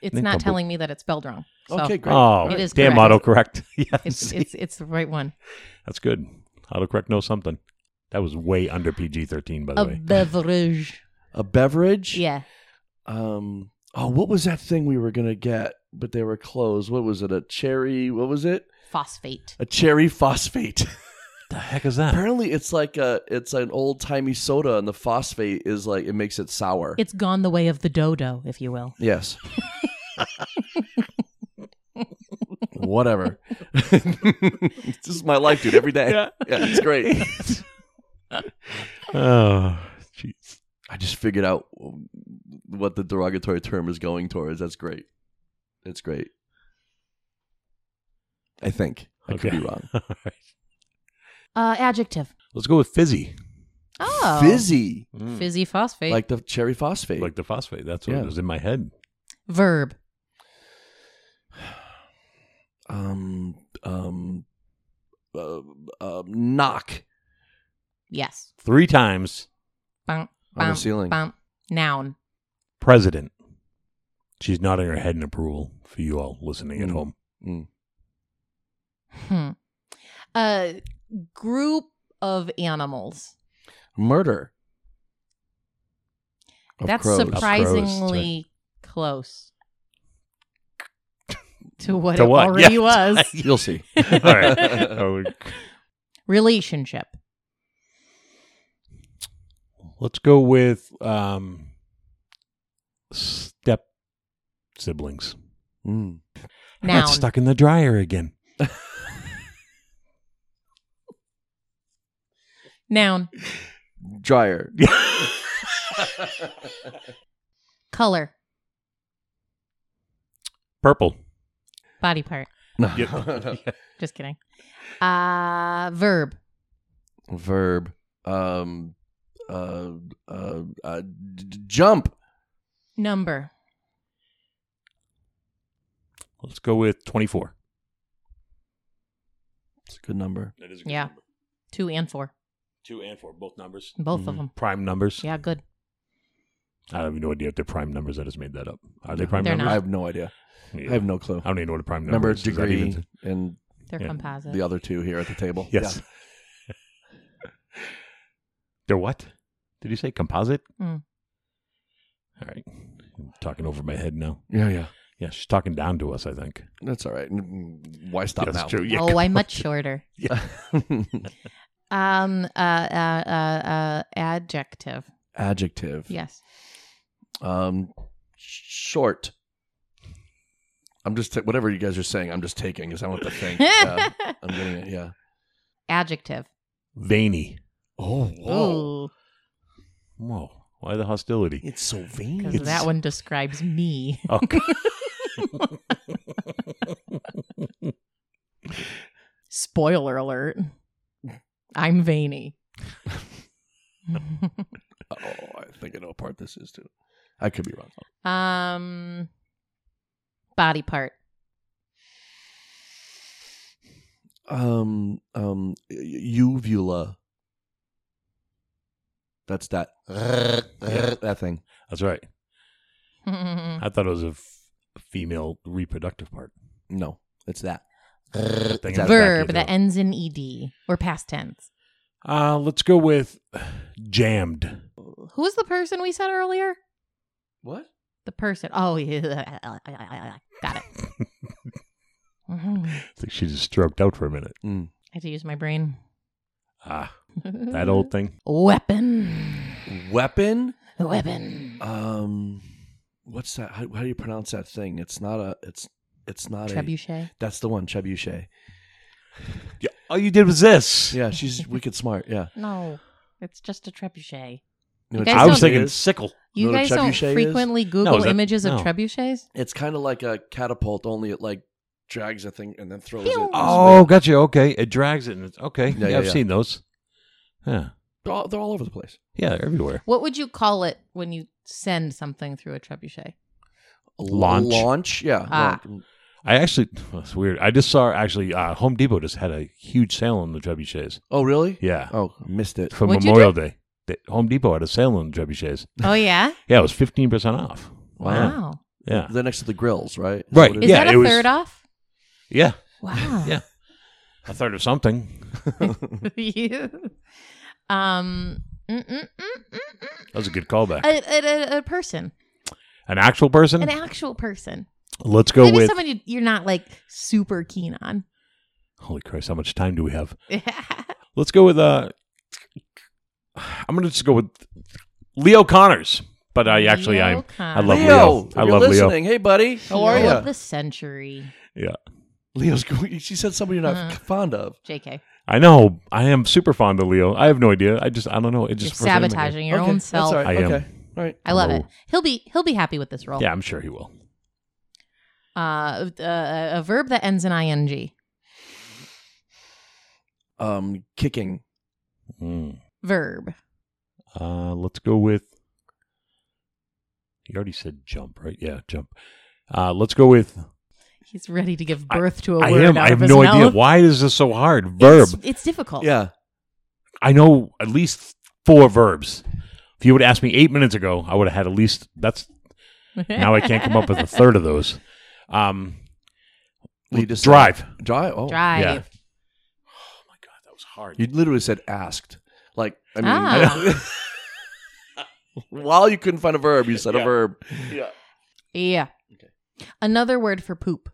Speaker 3: it's
Speaker 2: Nincompoop.
Speaker 3: not telling me that it's spelled wrong. So
Speaker 1: Okay, great.
Speaker 2: Oh,
Speaker 3: It is
Speaker 2: damn
Speaker 3: (laughs)
Speaker 2: autocorrect. (laughs) yes,
Speaker 1: (laughs)
Speaker 3: it's, it's, it's the right one.
Speaker 2: that's good. Autocorrect knows something. That was way under PG thirteen, by the
Speaker 3: A
Speaker 2: way.
Speaker 3: beverage.
Speaker 1: A beverage?
Speaker 3: (laughs) Yeah.
Speaker 1: Um, oh, what was that thing we were going to get, but they were closed? What was it? A cherry, what was it?
Speaker 3: Phosphate.
Speaker 1: A cherry phosphate.
Speaker 2: the heck is that?
Speaker 1: Apparently, it's like a, it's an old timey soda, and the phosphate is like, it makes it sour.
Speaker 3: (laughs) It's gone the way of the dodo, if you will.
Speaker 1: yes. Whatever. (laughs) this is my life, dude, every day.
Speaker 2: (laughs) Yeah.
Speaker 1: yeah it's great.
Speaker 2: (laughs) oh, (laughs) jeez.
Speaker 1: I just figured out what the derogatory term is going towards. That's great. That's great. I think. I could
Speaker 2: Okay.
Speaker 1: be wrong.
Speaker 2: All right.
Speaker 3: Uh, adjective.
Speaker 2: Let's go with fizzy.
Speaker 3: Oh.
Speaker 1: Fizzy. Hmm.
Speaker 3: Fizzy phosphate.
Speaker 1: Like the cherry phosphate.
Speaker 2: Like the phosphate. That's what
Speaker 1: Yeah.
Speaker 2: was in my head.
Speaker 3: Verb.
Speaker 1: um um uh, uh, knock
Speaker 3: Yes.
Speaker 2: Three times
Speaker 3: Bump,
Speaker 1: on the
Speaker 3: Bum,
Speaker 1: ceiling.
Speaker 3: bump. Noun.
Speaker 2: president. She's nodding her head in approval for you all listening at
Speaker 1: Mm.
Speaker 2: home.
Speaker 3: Hmm. Uh, group of animals.
Speaker 1: Murder. Of
Speaker 3: That's
Speaker 1: crows.
Speaker 3: surprisingly close (laughs) to what
Speaker 2: To
Speaker 3: it
Speaker 1: (laughs)
Speaker 2: what?
Speaker 3: already
Speaker 2: Yeah.
Speaker 3: was.
Speaker 1: You'll
Speaker 3: (laughs)
Speaker 1: see.
Speaker 2: (laughs) all right. Oh,
Speaker 3: Relationship.
Speaker 2: Let's go with um, step siblings.
Speaker 1: Mm.
Speaker 2: I got
Speaker 3: Noun.
Speaker 2: stuck in the dryer again.
Speaker 3: Noun. (laughs)
Speaker 1: Dryer.
Speaker 3: Color.
Speaker 2: Purple.
Speaker 3: Body part.
Speaker 1: No.
Speaker 3: Just kidding. Uh, verb.
Speaker 1: Verb. Um uh, uh, uh, d- d- jump.
Speaker 3: Number.
Speaker 2: Let's go with 24.
Speaker 1: It's a good number.
Speaker 2: That is
Speaker 3: good Yeah. Two and four.
Speaker 2: Two and four, both numbers.
Speaker 3: Both of
Speaker 1: Mhm.
Speaker 3: them.
Speaker 2: Prime numbers.
Speaker 3: Yeah, good.
Speaker 2: I have no idea if they're prime numbers. I just made that up. Are they
Speaker 1: No.
Speaker 2: prime
Speaker 3: They're
Speaker 2: numbers?
Speaker 1: I
Speaker 3: not.
Speaker 1: have no idea.
Speaker 2: Yeah.
Speaker 1: I have no clue.
Speaker 2: I don't even know what a prime number
Speaker 1: Remember
Speaker 2: is. Is that
Speaker 1: degree
Speaker 2: even-
Speaker 1: and
Speaker 3: They're
Speaker 2: Yeah.
Speaker 3: composite.
Speaker 1: the other two here at the table.
Speaker 2: (laughs) Yes. They're what? Did you say composite?
Speaker 3: Mm.
Speaker 2: All right. I'm talking over my head now.
Speaker 1: Yeah, yeah. yeah.
Speaker 2: Yeah, she's talking down to us, I think.
Speaker 1: That's all right. Mm, Why stop
Speaker 2: That's
Speaker 1: now?
Speaker 2: true. Yeah.
Speaker 3: oh, I'm much shorter. Um, uh, uh, uh, uh, adjective.
Speaker 1: (laughs) Adjective.
Speaker 3: Yes.
Speaker 1: Um, short. I'm just ta- whatever you guys are saying. I'm just taking because I want to
Speaker 3: (laughs)
Speaker 1: think. (laughs) Yeah, I'm getting it. Yeah.
Speaker 3: adjective.
Speaker 2: Veiny.
Speaker 1: Oh,
Speaker 3: Ooh,
Speaker 2: Whoa. Why the
Speaker 1: (laughs)
Speaker 2: hostility?
Speaker 1: It's so
Speaker 3: because
Speaker 1: vain.
Speaker 3: that one describes me. (laughs)
Speaker 2: Oh, God.
Speaker 3: Spoiler alert.
Speaker 1: (laughs)
Speaker 3: I'm veiny. (laughs)
Speaker 1: Oh, I think I know what part this is too. I could be wrong.
Speaker 3: um, body part. (laughs)
Speaker 1: Um, um, y- uvula. That's that. Yeah, that thing.
Speaker 2: That's right. I thought it was a f- female reproductive part.
Speaker 1: No, it's that.
Speaker 2: That thing in the back of your
Speaker 3: Verb that
Speaker 2: throat.
Speaker 3: ends in ed or past tense.
Speaker 2: Uh, let's go with jammed.
Speaker 3: Who's the person we said earlier?
Speaker 1: What?
Speaker 3: The person. Oh, (laughs) yeah. Got it. (laughs)
Speaker 2: I think she just stroked out for a minute.
Speaker 3: I had to use my brain.
Speaker 2: Ah,
Speaker 3: Mm-hmm.
Speaker 2: that old thing.
Speaker 3: (laughs) weapon.
Speaker 1: Weapon.
Speaker 3: Weapon.
Speaker 1: Um, what's that? How, how do you pronounce that thing? It's not a. It's it's not a.
Speaker 3: Trebuchet.
Speaker 1: That's the one, trebuchet.
Speaker 2: Yeah, all you did was this.
Speaker 3: (laughs)
Speaker 1: Yeah, she's wicked smart. Yeah.
Speaker 3: No. It's just a trebuchet.
Speaker 1: You know,
Speaker 3: Okay,
Speaker 1: what
Speaker 2: I was
Speaker 1: it
Speaker 2: thinking
Speaker 1: is?
Speaker 2: sickle.
Speaker 3: You
Speaker 1: know what a
Speaker 3: guys don't
Speaker 1: trebuchet is?
Speaker 3: frequently Google
Speaker 2: is that-
Speaker 3: images
Speaker 2: no.
Speaker 3: of trebuchets?
Speaker 1: it's kind of like a catapult, only it like drags a thing and then throws it.
Speaker 3: Pew!
Speaker 1: into
Speaker 2: Oh, gotcha. Okay, it drags it. And it's, okay,
Speaker 1: Yeah,
Speaker 2: yeah,
Speaker 1: yeah,
Speaker 2: I've
Speaker 1: yeah.
Speaker 2: seen those. Yeah,
Speaker 1: space. They're all, they're all over the place.
Speaker 2: yeah, they're everywhere.
Speaker 3: What would you call it when you send something through a
Speaker 2: (laughs)
Speaker 3: trebuchet?
Speaker 2: Launch.
Speaker 1: launch, yeah.
Speaker 3: Ah.
Speaker 1: launch.
Speaker 2: I actually, that's weird. I just saw actually uh, Home Depot just had a huge sale on the trebuchets.
Speaker 1: Oh, really?
Speaker 2: Yeah,
Speaker 1: Oh, missed it.
Speaker 2: for
Speaker 3: What'd you
Speaker 2: Memorial Day, They- Home Depot had a sale on the trebuchets.
Speaker 3: Oh yeah,
Speaker 2: Yeah, it was fifteen percent off.
Speaker 1: Wow.
Speaker 3: wow.
Speaker 2: Yeah,
Speaker 1: They're next to the grills, right? Is
Speaker 2: Right,
Speaker 1: what it is?
Speaker 3: Is
Speaker 2: yeah,
Speaker 3: that
Speaker 2: it
Speaker 3: a
Speaker 2: was-
Speaker 3: third off?
Speaker 2: yeah,
Speaker 3: Wow.
Speaker 2: (laughs) yeah. I thought of something.
Speaker 3: (laughs) you. Um. mm, mm, mm, mm, mm.
Speaker 2: That was a good
Speaker 3: (laughs)
Speaker 2: callback.
Speaker 3: A, a, a, a person,
Speaker 2: An actual person.
Speaker 3: an actual person.
Speaker 2: Let's go
Speaker 3: Maybe
Speaker 2: with.
Speaker 3: someone you, you're not like super keen
Speaker 2: (laughs)
Speaker 3: on.
Speaker 2: Holy Christ! How much time do we have?
Speaker 3: okay.
Speaker 2: Let's go with. uh I'm gonna just go with Leo Connors, but I actually
Speaker 3: Leo (laughs)
Speaker 2: I'm I
Speaker 3: Connors.
Speaker 2: love Oh,
Speaker 1: Leo,
Speaker 2: Leo.
Speaker 1: if
Speaker 2: I
Speaker 1: you're
Speaker 2: love Leo.
Speaker 1: listening. Hey, buddy, how are
Speaker 3: Heel of
Speaker 1: you?
Speaker 3: the century.
Speaker 1: Leo's. (laughs) going- She said somebody you're not
Speaker 3: Uh.
Speaker 1: fond of.
Speaker 3: JK,
Speaker 2: I know I am super fond of Leo. I have no idea. I just I don't know. It
Speaker 3: you're
Speaker 2: just first name I go-
Speaker 3: sabotaging your
Speaker 1: Okay,
Speaker 3: own
Speaker 1: that's
Speaker 3: self.
Speaker 1: all right.
Speaker 2: I am.
Speaker 1: Okay, all right.
Speaker 3: I love
Speaker 2: No.
Speaker 3: it. He'll be he'll be happy with this role.
Speaker 2: Yeah, I'm sure he will.
Speaker 3: Uh, a, a verb that ends in ing.
Speaker 1: Um, kicking.
Speaker 2: Hmm.
Speaker 3: Verb.
Speaker 2: Uh, let's go with. You already said jump, right? Yeah, jump. Uh, let's go with.
Speaker 3: He's ready to give
Speaker 2: I-
Speaker 3: birth to a
Speaker 2: I
Speaker 3: word
Speaker 2: am.
Speaker 3: out
Speaker 2: I
Speaker 3: of
Speaker 2: have
Speaker 3: his
Speaker 2: no
Speaker 3: mouth.
Speaker 2: idea. Why is this so hard? Verb.
Speaker 3: It's- It's, difficult. (laughs)
Speaker 1: Yeah.
Speaker 2: I know at least four verbs. If you would ask me eight minutes ago, I would have had at least. That's now I can't come up with a third
Speaker 3: (laughs)
Speaker 2: of those. Um,
Speaker 1: You just said-
Speaker 2: drive.
Speaker 1: Drive. Oh,
Speaker 3: Drive.
Speaker 2: Yeah. Oh my god, that was hard.
Speaker 1: you literally said asked. Like I mean,
Speaker 3: Ah.
Speaker 1: (laughs) while you couldn't find a verb, you said a
Speaker 2: Yeah.
Speaker 1: verb.
Speaker 3: Yeah.
Speaker 1: Okay.
Speaker 3: Another word for poop.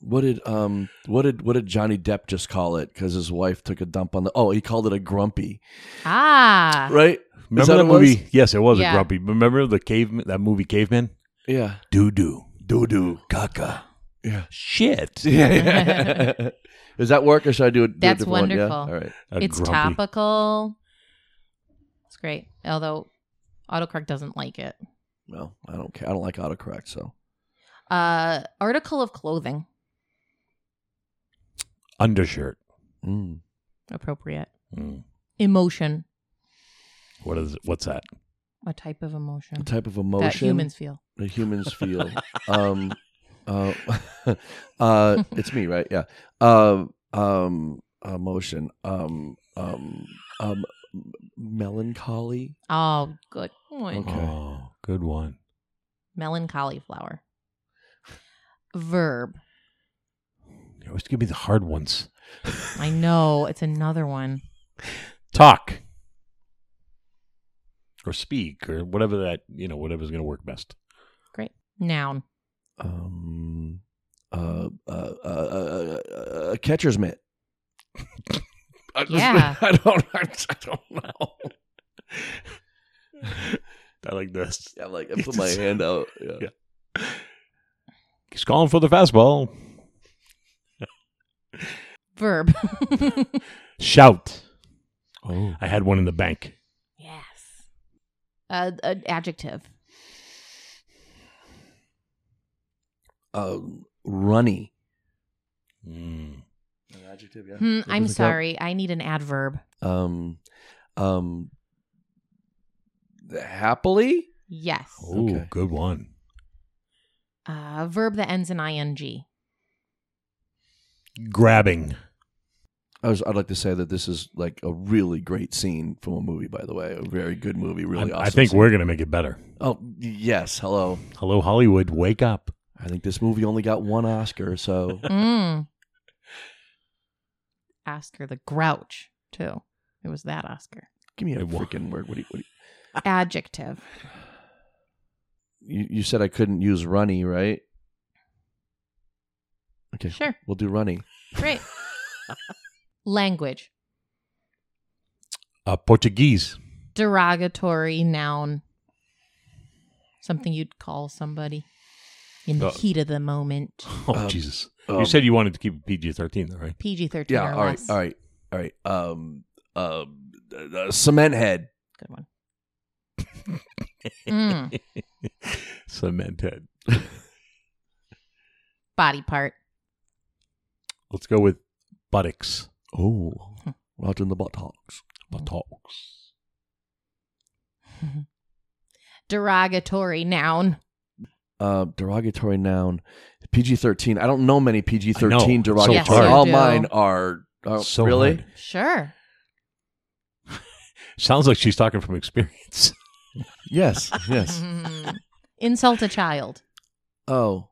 Speaker 1: What did um what did what did Johnny Depp just call it? Because his wife took a dump on the oh he called it a grumpy
Speaker 3: Ah.
Speaker 1: right
Speaker 2: Remember
Speaker 1: that
Speaker 2: that,
Speaker 1: what it
Speaker 2: movie? Yes, it was
Speaker 3: Yeah.
Speaker 2: a grumpy. Remember the cave that movie Caveman?
Speaker 1: yeah
Speaker 2: Doo doo.
Speaker 1: doo doo caca yeah
Speaker 2: (laughs)
Speaker 3: (laughs)
Speaker 2: Shit.
Speaker 1: yeah (laughs) does that work or should I do it? do a
Speaker 3: That's
Speaker 1: different one? Yeah?
Speaker 3: wonderful.
Speaker 1: All right
Speaker 2: A
Speaker 3: it's
Speaker 2: grumpy.
Speaker 3: topical. It's great. Although autocorrect doesn't like it.
Speaker 1: well I don't care I don't like autocorrect so
Speaker 3: Uh article of clothing.
Speaker 2: Undershirt.
Speaker 1: Mm.
Speaker 3: Appropriate.
Speaker 2: Mm.
Speaker 3: Emotion.
Speaker 2: What is? What's that?
Speaker 3: A type of emotion.
Speaker 1: the type of
Speaker 3: That
Speaker 1: emotion
Speaker 3: humans feel.
Speaker 1: that humans feel um uh, (laughs) uh it's me right yeah um um emotion um um um melancholy
Speaker 3: Oh, good point.
Speaker 1: Okay.
Speaker 2: Oh, good one.
Speaker 3: Melancholy flower. Verb.
Speaker 2: You always give me the hard ones.
Speaker 3: I know. It's another one.
Speaker 2: Talk. Or speak, or whatever that you know, whatever's going to work best.
Speaker 3: Noun.
Speaker 1: um, uh, uh, uh, uh, uh, uh, catcher's mitt. I just-
Speaker 3: Yeah.
Speaker 1: (laughs) I don't. I, just- I don't know.
Speaker 2: (laughs) I like this.
Speaker 1: Yeah, like I
Speaker 2: You
Speaker 1: put (laughs) my
Speaker 2: just-
Speaker 1: hand out. Yeah.
Speaker 2: Yeah. He's calling for the fastball.
Speaker 3: Verb. (laughs)
Speaker 2: Shout.
Speaker 1: Oh.
Speaker 2: I had one in the bank.
Speaker 3: yes. Uh, an adjective.
Speaker 1: Um, runny.
Speaker 2: Mm.
Speaker 1: An adjective. Yeah.
Speaker 3: Hmm, I'm sorry. I need an adverb.
Speaker 1: Um, um, happily.
Speaker 3: Yes.
Speaker 2: Oh,
Speaker 1: Okay.
Speaker 2: good one.
Speaker 3: Uh, verb that ends
Speaker 1: (laughs)
Speaker 3: in ing.
Speaker 2: Grabbing.
Speaker 1: I was, I'd like to say that this is like a really great scene from a movie. By the way, a very good movie. Really
Speaker 2: I,
Speaker 1: awesome.
Speaker 2: I think
Speaker 1: scene.
Speaker 2: we're going to make it better.
Speaker 1: Oh yes. Hello.
Speaker 2: Hello, Hollywood. Wake up.
Speaker 1: I think this movie only got one Oscar,
Speaker 2: (laughs)
Speaker 1: so
Speaker 3: Mm. Oscar the Grouch, too. It was that Oscar.
Speaker 1: give me a
Speaker 2: It wa-
Speaker 1: freaking word. What do you, what do
Speaker 3: Adjective.
Speaker 1: you, you, you said I couldn't use runny, right? Okay,
Speaker 3: Sure.
Speaker 1: we'll do runny. (laughs)
Speaker 3: Great. Language.
Speaker 2: Uh, Portuguese. (laughs)
Speaker 3: Derogatory noun. Something you'd call somebody in the
Speaker 2: Uh,
Speaker 3: heat of the moment.
Speaker 2: Oh,
Speaker 1: Um,
Speaker 2: Jesus.
Speaker 1: Um,
Speaker 2: you said you wanted to keep it PG 13, though, right?
Speaker 3: PG 13
Speaker 1: yeah.
Speaker 3: or
Speaker 1: All right,
Speaker 3: less.
Speaker 1: all right. All right. Um. Uh, uh, cement head.
Speaker 3: Good one. Mm,
Speaker 2: Cemented.
Speaker 3: body part. (laughs)
Speaker 2: Let's go with buttocks.
Speaker 1: Oh, right in the buttocks.
Speaker 2: Buttocks.
Speaker 3: Derogatory noun.
Speaker 1: Uh, derogatory noun. PG thirteen. I don't know many PG
Speaker 2: I know.
Speaker 1: thirteen
Speaker 2: So
Speaker 1: derogatory.
Speaker 3: hard.
Speaker 1: All
Speaker 3: Yes, you do.
Speaker 1: mine are. are
Speaker 2: So
Speaker 1: Oh, really?
Speaker 2: hard.
Speaker 3: Sure.
Speaker 2: Sounds like she's talking from experience. (laughs)
Speaker 3: (laughs)
Speaker 1: Yes. Yes.
Speaker 3: Mm. Insult a child.
Speaker 1: oh.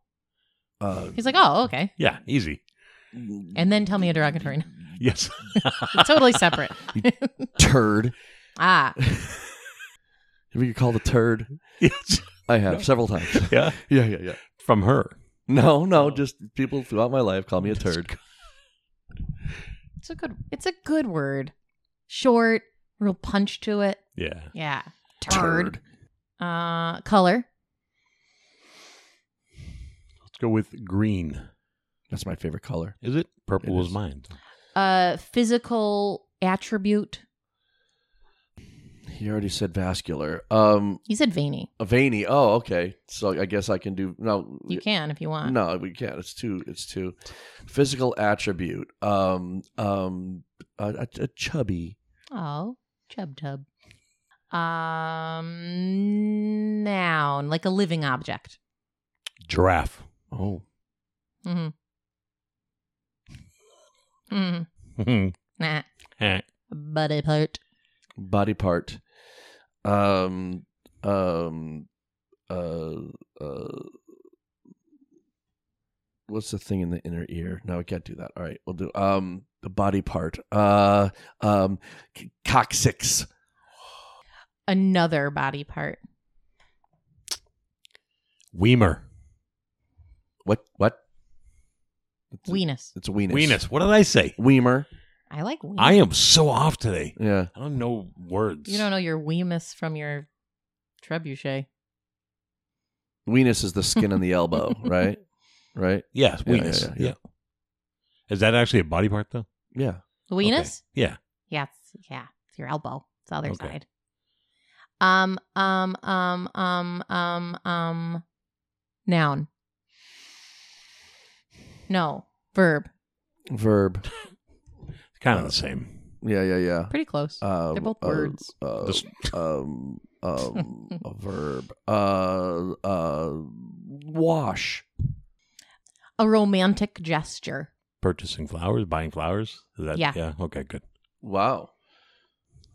Speaker 1: Uh,
Speaker 3: He's like, oh, okay.
Speaker 2: yeah, easy.
Speaker 3: And then tell me a
Speaker 1: (laughs)
Speaker 3: derogatory noun.
Speaker 2: Yes. (laughs)
Speaker 3: totally separate.
Speaker 1: turd.
Speaker 3: Ah,
Speaker 1: Have you called a turd?
Speaker 2: yes.
Speaker 1: I have
Speaker 2: No.
Speaker 1: several times.
Speaker 2: Yeah.
Speaker 1: (laughs) yeah, yeah, yeah.
Speaker 2: From her.
Speaker 1: No, no,
Speaker 2: Oh.
Speaker 1: just people throughout my life call me a turd.
Speaker 3: it's a good. It's a good word. Short, real punch to it.
Speaker 2: Yeah.
Speaker 3: Yeah. Turd. Uh, color.
Speaker 2: Let's go with green.
Speaker 1: That's my favorite color.
Speaker 2: Is it? Purple
Speaker 1: It
Speaker 2: was
Speaker 1: is.
Speaker 2: mine.
Speaker 3: Uh, physical attribute.
Speaker 1: He already said vascular. Um,
Speaker 3: He said veiny.
Speaker 1: veiny. Oh, okay. So I guess I can do no.
Speaker 3: You can if you want.
Speaker 1: No, we can't. It's too. It's too. Physical attribute. Um. Um. A, a, a chubby.
Speaker 3: Oh, chub tub. Um, noun like a living object.
Speaker 2: Giraffe. (laughs)
Speaker 1: Oh.
Speaker 3: hmm hmm Nah.
Speaker 2: Eh.
Speaker 3: Body part.
Speaker 1: Body part. Um. Um. Uh. Uh. What's the thing in the inner ear? No, we can't do that. All right, we'll do um the body part. Uh. Um. c- Coccyx.
Speaker 3: Another body part.
Speaker 2: Weimer.
Speaker 1: What? What? It's a-
Speaker 3: Weenus.
Speaker 1: It's a weenus.
Speaker 2: Venus. What did I say?
Speaker 1: Weimer.
Speaker 3: I like weenus.
Speaker 2: I am so off today.
Speaker 1: Yeah.
Speaker 2: I don't know words.
Speaker 3: You don't know your weenus from your trebuchet.
Speaker 1: Weenus is the skin on the elbow, (laughs) right? Right?
Speaker 2: Yes,
Speaker 1: Yeah,
Speaker 2: Venus. Yeah,
Speaker 1: yeah, yeah, yeah.
Speaker 2: Is that actually a body part though?
Speaker 1: Yeah.
Speaker 3: The (laughs) weenus?
Speaker 2: Yeah.
Speaker 3: Yeah, it's, yeah, it's your elbow. It's the other
Speaker 2: Okay.
Speaker 3: side. Um, um, um, um, um, um, noun. No, verb.
Speaker 1: Verb. Uh,
Speaker 2: Kind of the same.
Speaker 1: Yeah, yeah, yeah.
Speaker 3: Pretty close.
Speaker 1: Um,
Speaker 3: They're both
Speaker 1: uh,
Speaker 3: words.
Speaker 1: uh,
Speaker 2: Just-
Speaker 1: um, um,
Speaker 3: (laughs)
Speaker 1: a verb. Uh, uh, wash.
Speaker 3: a romantic gesture.
Speaker 2: Purchasing flowers, buying flowers. Is that
Speaker 3: Yeah.
Speaker 2: Okay, good.
Speaker 1: Wow.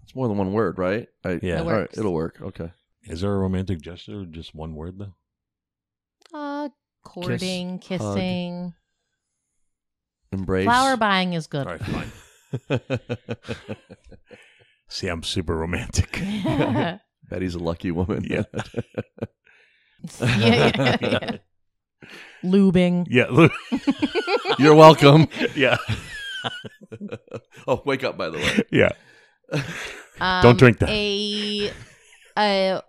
Speaker 1: It's more than one word, right? I,
Speaker 2: Yeah. It
Speaker 1: All right.
Speaker 3: works.
Speaker 1: It'll work. Okay.
Speaker 2: Is there a romantic gesture? or Just one word though?
Speaker 3: Uh, courting, kissing.
Speaker 1: Embrace.
Speaker 3: Flower buying is good.
Speaker 2: All right, fine. See, I'm super romantic.
Speaker 1: (laughs)
Speaker 3: (laughs) yeah,
Speaker 1: (laughs) Betty's a lucky woman.
Speaker 2: Yeah.
Speaker 3: yeah, yeah. (laughs) Lubing.
Speaker 2: (laughs) Yeah. look-
Speaker 1: (laughs) You're welcome.
Speaker 2: yeah.
Speaker 1: (laughs) oh, wake up, by the way.
Speaker 2: Yeah.
Speaker 3: Um,
Speaker 2: Don't drink that.
Speaker 3: A, a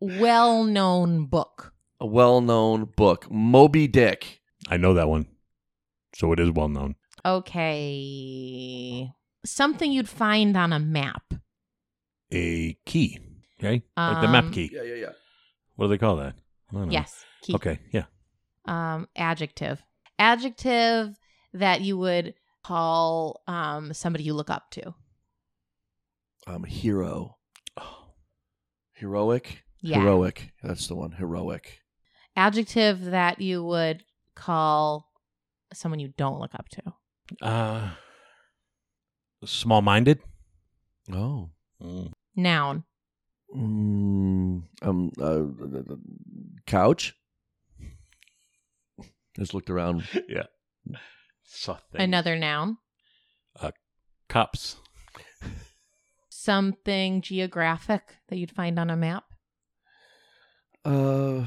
Speaker 3: well known book.
Speaker 1: A well known book, Moby Dick.
Speaker 2: I know that one. So it is well known.
Speaker 3: Okay. Something you'd find on a map.
Speaker 2: A key. Okay. like the map
Speaker 3: Um,
Speaker 2: key.
Speaker 1: Yeah, yeah, yeah.
Speaker 2: What do they call that? I don't know.
Speaker 3: Yes. Key.
Speaker 2: Mm-hmm. Okay. Yeah.
Speaker 3: Um, adjective. Adjective that you would call um, somebody you look up to.
Speaker 1: um hero heroic
Speaker 3: Oh. Yeah.
Speaker 1: heroic that's the one heroic
Speaker 3: Adjective that you would call someone you don't look up to.
Speaker 2: Uh, small minded.
Speaker 1: oh
Speaker 3: Noun.
Speaker 1: mm, um uh, the- the- the couch just looked around
Speaker 2: Yeah. Something.
Speaker 3: Another noun.
Speaker 2: Cups.
Speaker 3: Something geographic that you'd find on a map.
Speaker 1: uh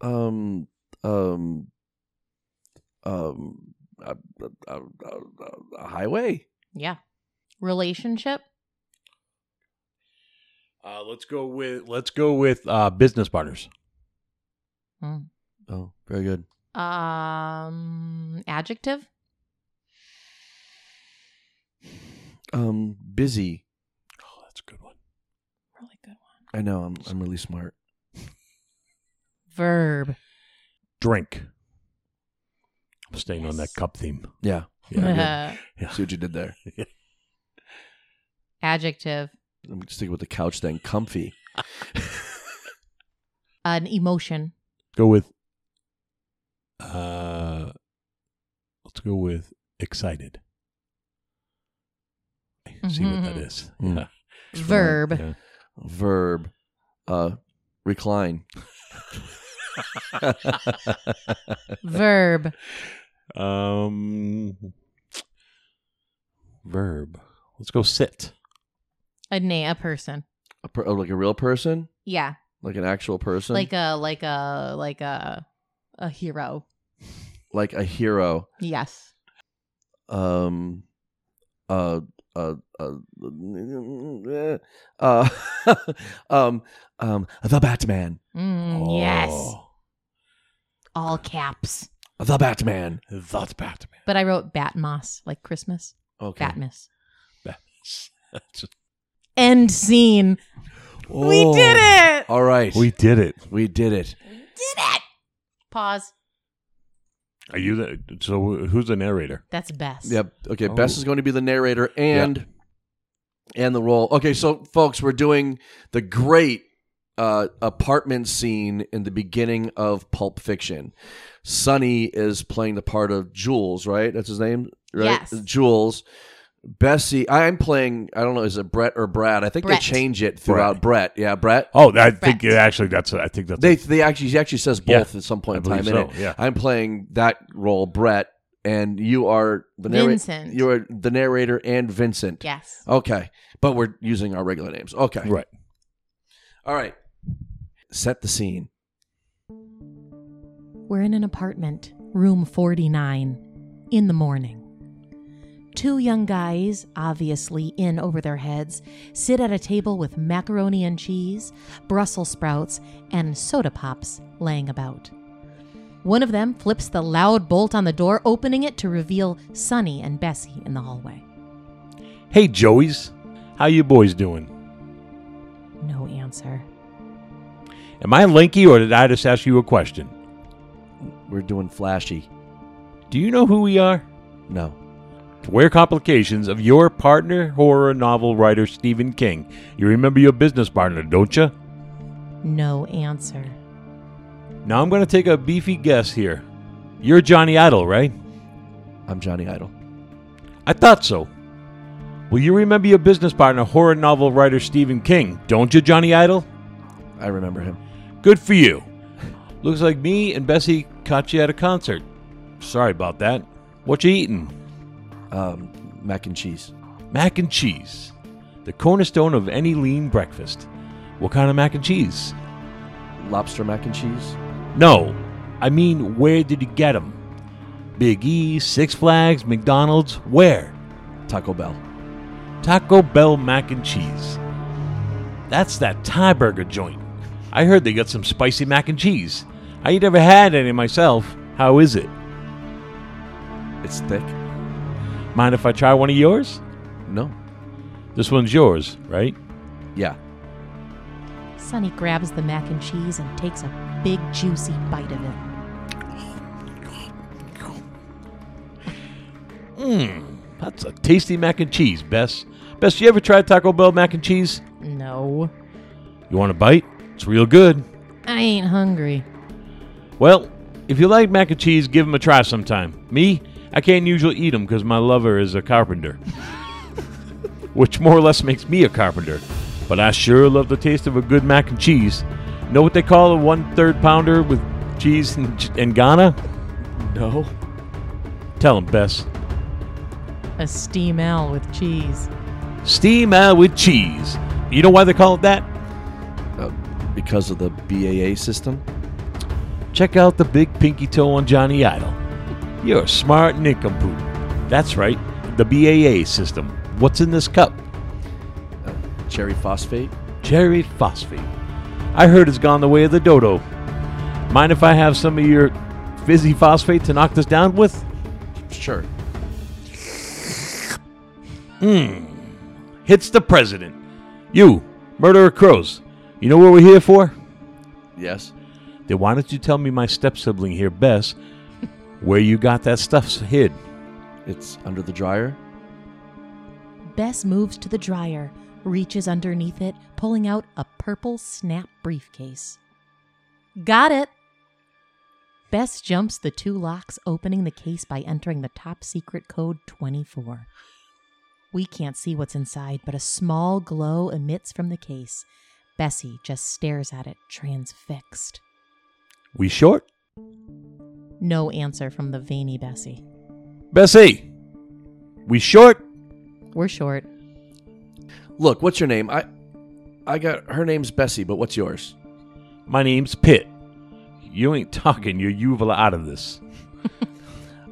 Speaker 1: um um um uh, uh, uh, uh, uh, highway
Speaker 3: Yeah. Relationship.
Speaker 2: Uh, let's go with let's go with uh, business partners.
Speaker 1: oh very good
Speaker 3: Um, adjective.
Speaker 1: um, busy.
Speaker 2: Oh, that's a good one.
Speaker 3: Really good one.
Speaker 1: I know I'm I'm really smart.
Speaker 3: Verb.
Speaker 2: Drink. I'm staying on that
Speaker 3: Yes.
Speaker 2: cup theme.
Speaker 1: Yeah,
Speaker 3: (laughs)
Speaker 2: Yeah,
Speaker 1: see what you did (laughs) there.
Speaker 3: Adjective.
Speaker 1: I'm sticking with the couch thing. Comfy.
Speaker 3: An emotion.
Speaker 2: go with. Uh, let's go with excited. See what that
Speaker 3: Mhm.
Speaker 2: is.
Speaker 1: Mm.
Speaker 2: Yeah.
Speaker 3: Verb.
Speaker 2: (laughs) Yeah.
Speaker 1: Verb. Uh, recline.
Speaker 3: Verb.
Speaker 2: Um, verb. Let's go sit.
Speaker 3: A na a person.
Speaker 1: A per- oh, like a real person,
Speaker 3: Yeah.
Speaker 1: like an actual person,
Speaker 3: Like a like a like a a hero.
Speaker 1: like a hero.
Speaker 3: Yes.
Speaker 1: Um, uh, uh, uh, (laughs) uh, um, um, the Batman.
Speaker 3: Mm, Yes.
Speaker 2: Oh,
Speaker 3: All caps.
Speaker 1: The Batman.
Speaker 2: that's Batman. (laughs)
Speaker 3: But I wrote Batmos, like Christmas.
Speaker 1: Okay.
Speaker 3: Batmas.
Speaker 2: That's-
Speaker 3: End scene. We
Speaker 2: Oh.
Speaker 3: did it.
Speaker 1: All right.
Speaker 2: we
Speaker 1: We
Speaker 2: did it.
Speaker 1: we did it.
Speaker 3: Did it. Pause.
Speaker 2: Are you the so? Who's the narrator?
Speaker 3: That's best.
Speaker 1: Yep. Okay.
Speaker 2: Oh.
Speaker 1: Bess is going to be the narrator and and the role. Okay, so folks, we're doing the great uh, apartment scene in the beginning of Pulp Fiction. Sonny is playing the part of Jules, right? That's his name, right?
Speaker 3: Yes.
Speaker 1: Jules. Bessie, I'm playing. I don't know, is it Brett or Brad? I think
Speaker 3: Brett.
Speaker 1: they change it throughout. Brett, yeah, Brett.
Speaker 2: Oh, I think
Speaker 3: Brett.
Speaker 2: actually that's I think that's
Speaker 1: They they actually he actually says
Speaker 2: Yeah,
Speaker 1: both at some point
Speaker 2: I
Speaker 1: in time.
Speaker 2: believe
Speaker 1: in
Speaker 2: so.
Speaker 1: it.
Speaker 2: Yeah.
Speaker 1: I'm playing that role, Brett, and you are the narrator.
Speaker 3: Vincent.
Speaker 1: You are the narrator and Vincent.
Speaker 3: Yes.
Speaker 1: Okay, but we're using our regular names. Okay,
Speaker 2: Right.
Speaker 1: all right. Set the scene.
Speaker 3: We're in an apartment, room 49, in the morning. Two young guys, obviously in over their heads, sit at a table with macaroni and cheese, Brussels sprouts, and soda pops laying about. One of them flips the loud bolt on the door, opening it to reveal Sonny and Bessie in the hallway.
Speaker 2: Hey, Joey's, how you boys doing?
Speaker 3: No answer.
Speaker 2: Am I Linky or did I just ask you a question?
Speaker 1: We're doing flashy.
Speaker 2: Do you know who we are?
Speaker 1: No,
Speaker 2: We're complications of your partner horror novel writer Stephen King. You remember your business partner, don't you?
Speaker 3: No answer.
Speaker 2: Now I'm going to take a beefy guess here. You're Johnny Idol, right?
Speaker 1: I'm Johnny Idol.
Speaker 2: I thought so. Well, you remember your business partner, horror novel writer Stephen King, don't you, Johnny Idol?
Speaker 1: I remember him.
Speaker 2: Good for you. Looks like me and Bessie caught you at a concert. Sorry about that. What you eating?
Speaker 1: Um, mac and cheese.
Speaker 2: Mac and cheese. The cornerstone of any lean breakfast. What kind of mac and cheese?
Speaker 1: Lobster mac and cheese.
Speaker 2: No, I mean, where did you get 'em? Big E, Six Flags, McDonald's, where?
Speaker 1: Taco Bell.
Speaker 2: Taco Bell mac and cheese. That's that Thai burger joint. I heard they got some spicy mac and cheese. I ain't never had any myself. How is it?
Speaker 1: It's thick.
Speaker 2: Mind if I try one of yours?
Speaker 1: No.
Speaker 2: This one's yours, right?
Speaker 1: Yeah.
Speaker 3: Sonny grabs the mac and cheese and takes a big, juicy bite of it.
Speaker 2: Mmm, that's a tasty mac and cheese, Bess. Bess, you ever tried Taco Bell mac and cheese?
Speaker 3: No.
Speaker 2: You want a bite? It's real good.
Speaker 3: I ain't hungry.
Speaker 2: Well, if you like mac and cheese, give 'em a try sometime. Me, I can't usually eat 'em 'cause my lover is a carpenter, which more or less makes me a carpenter. But I sure love the taste of a good mac and cheese. Know what they call a one-third pounder with cheese in, in Ghana?
Speaker 1: No.
Speaker 2: Tell 'em, Bess.
Speaker 3: A steam ale with cheese.
Speaker 2: Steam out with cheese. You know why they call it that?
Speaker 1: Uh, because of the BAA system.
Speaker 2: Check out the big pinky toe on Johnny Idol. You're a smart nincompoop. That's right, the BAA system. What's in this cup?
Speaker 1: Uh, cherry phosphate.
Speaker 2: Cherry phosphate. I heard it's gone the way of the dodo. Mind if I have some of your fizzy phosphate to knock this down with?
Speaker 1: Sure.
Speaker 2: Hits the president. You, murderer crows. You know what we're here for?
Speaker 1: Yes.
Speaker 2: Then why don't you tell me, my step sibling here, Bess, where you got that stuff hid?
Speaker 1: It's under the dryer.
Speaker 3: Bess moves to the dryer, reaches underneath it, pulling out a purple snap briefcase. Got it! Bess jumps the two locks, opening the case by entering the top secret code 24. We can't see what's inside, but a small glow emits from the case. Bessie just stares at it, transfixed.
Speaker 2: We short?
Speaker 3: No answer from the veiny Bessie.
Speaker 2: Bessie! We short?
Speaker 3: We're short.
Speaker 1: Look, what's your name? I I got her name's Bessie, but what's yours?
Speaker 2: My name's Pitt. You ain't talking your uvula out of this.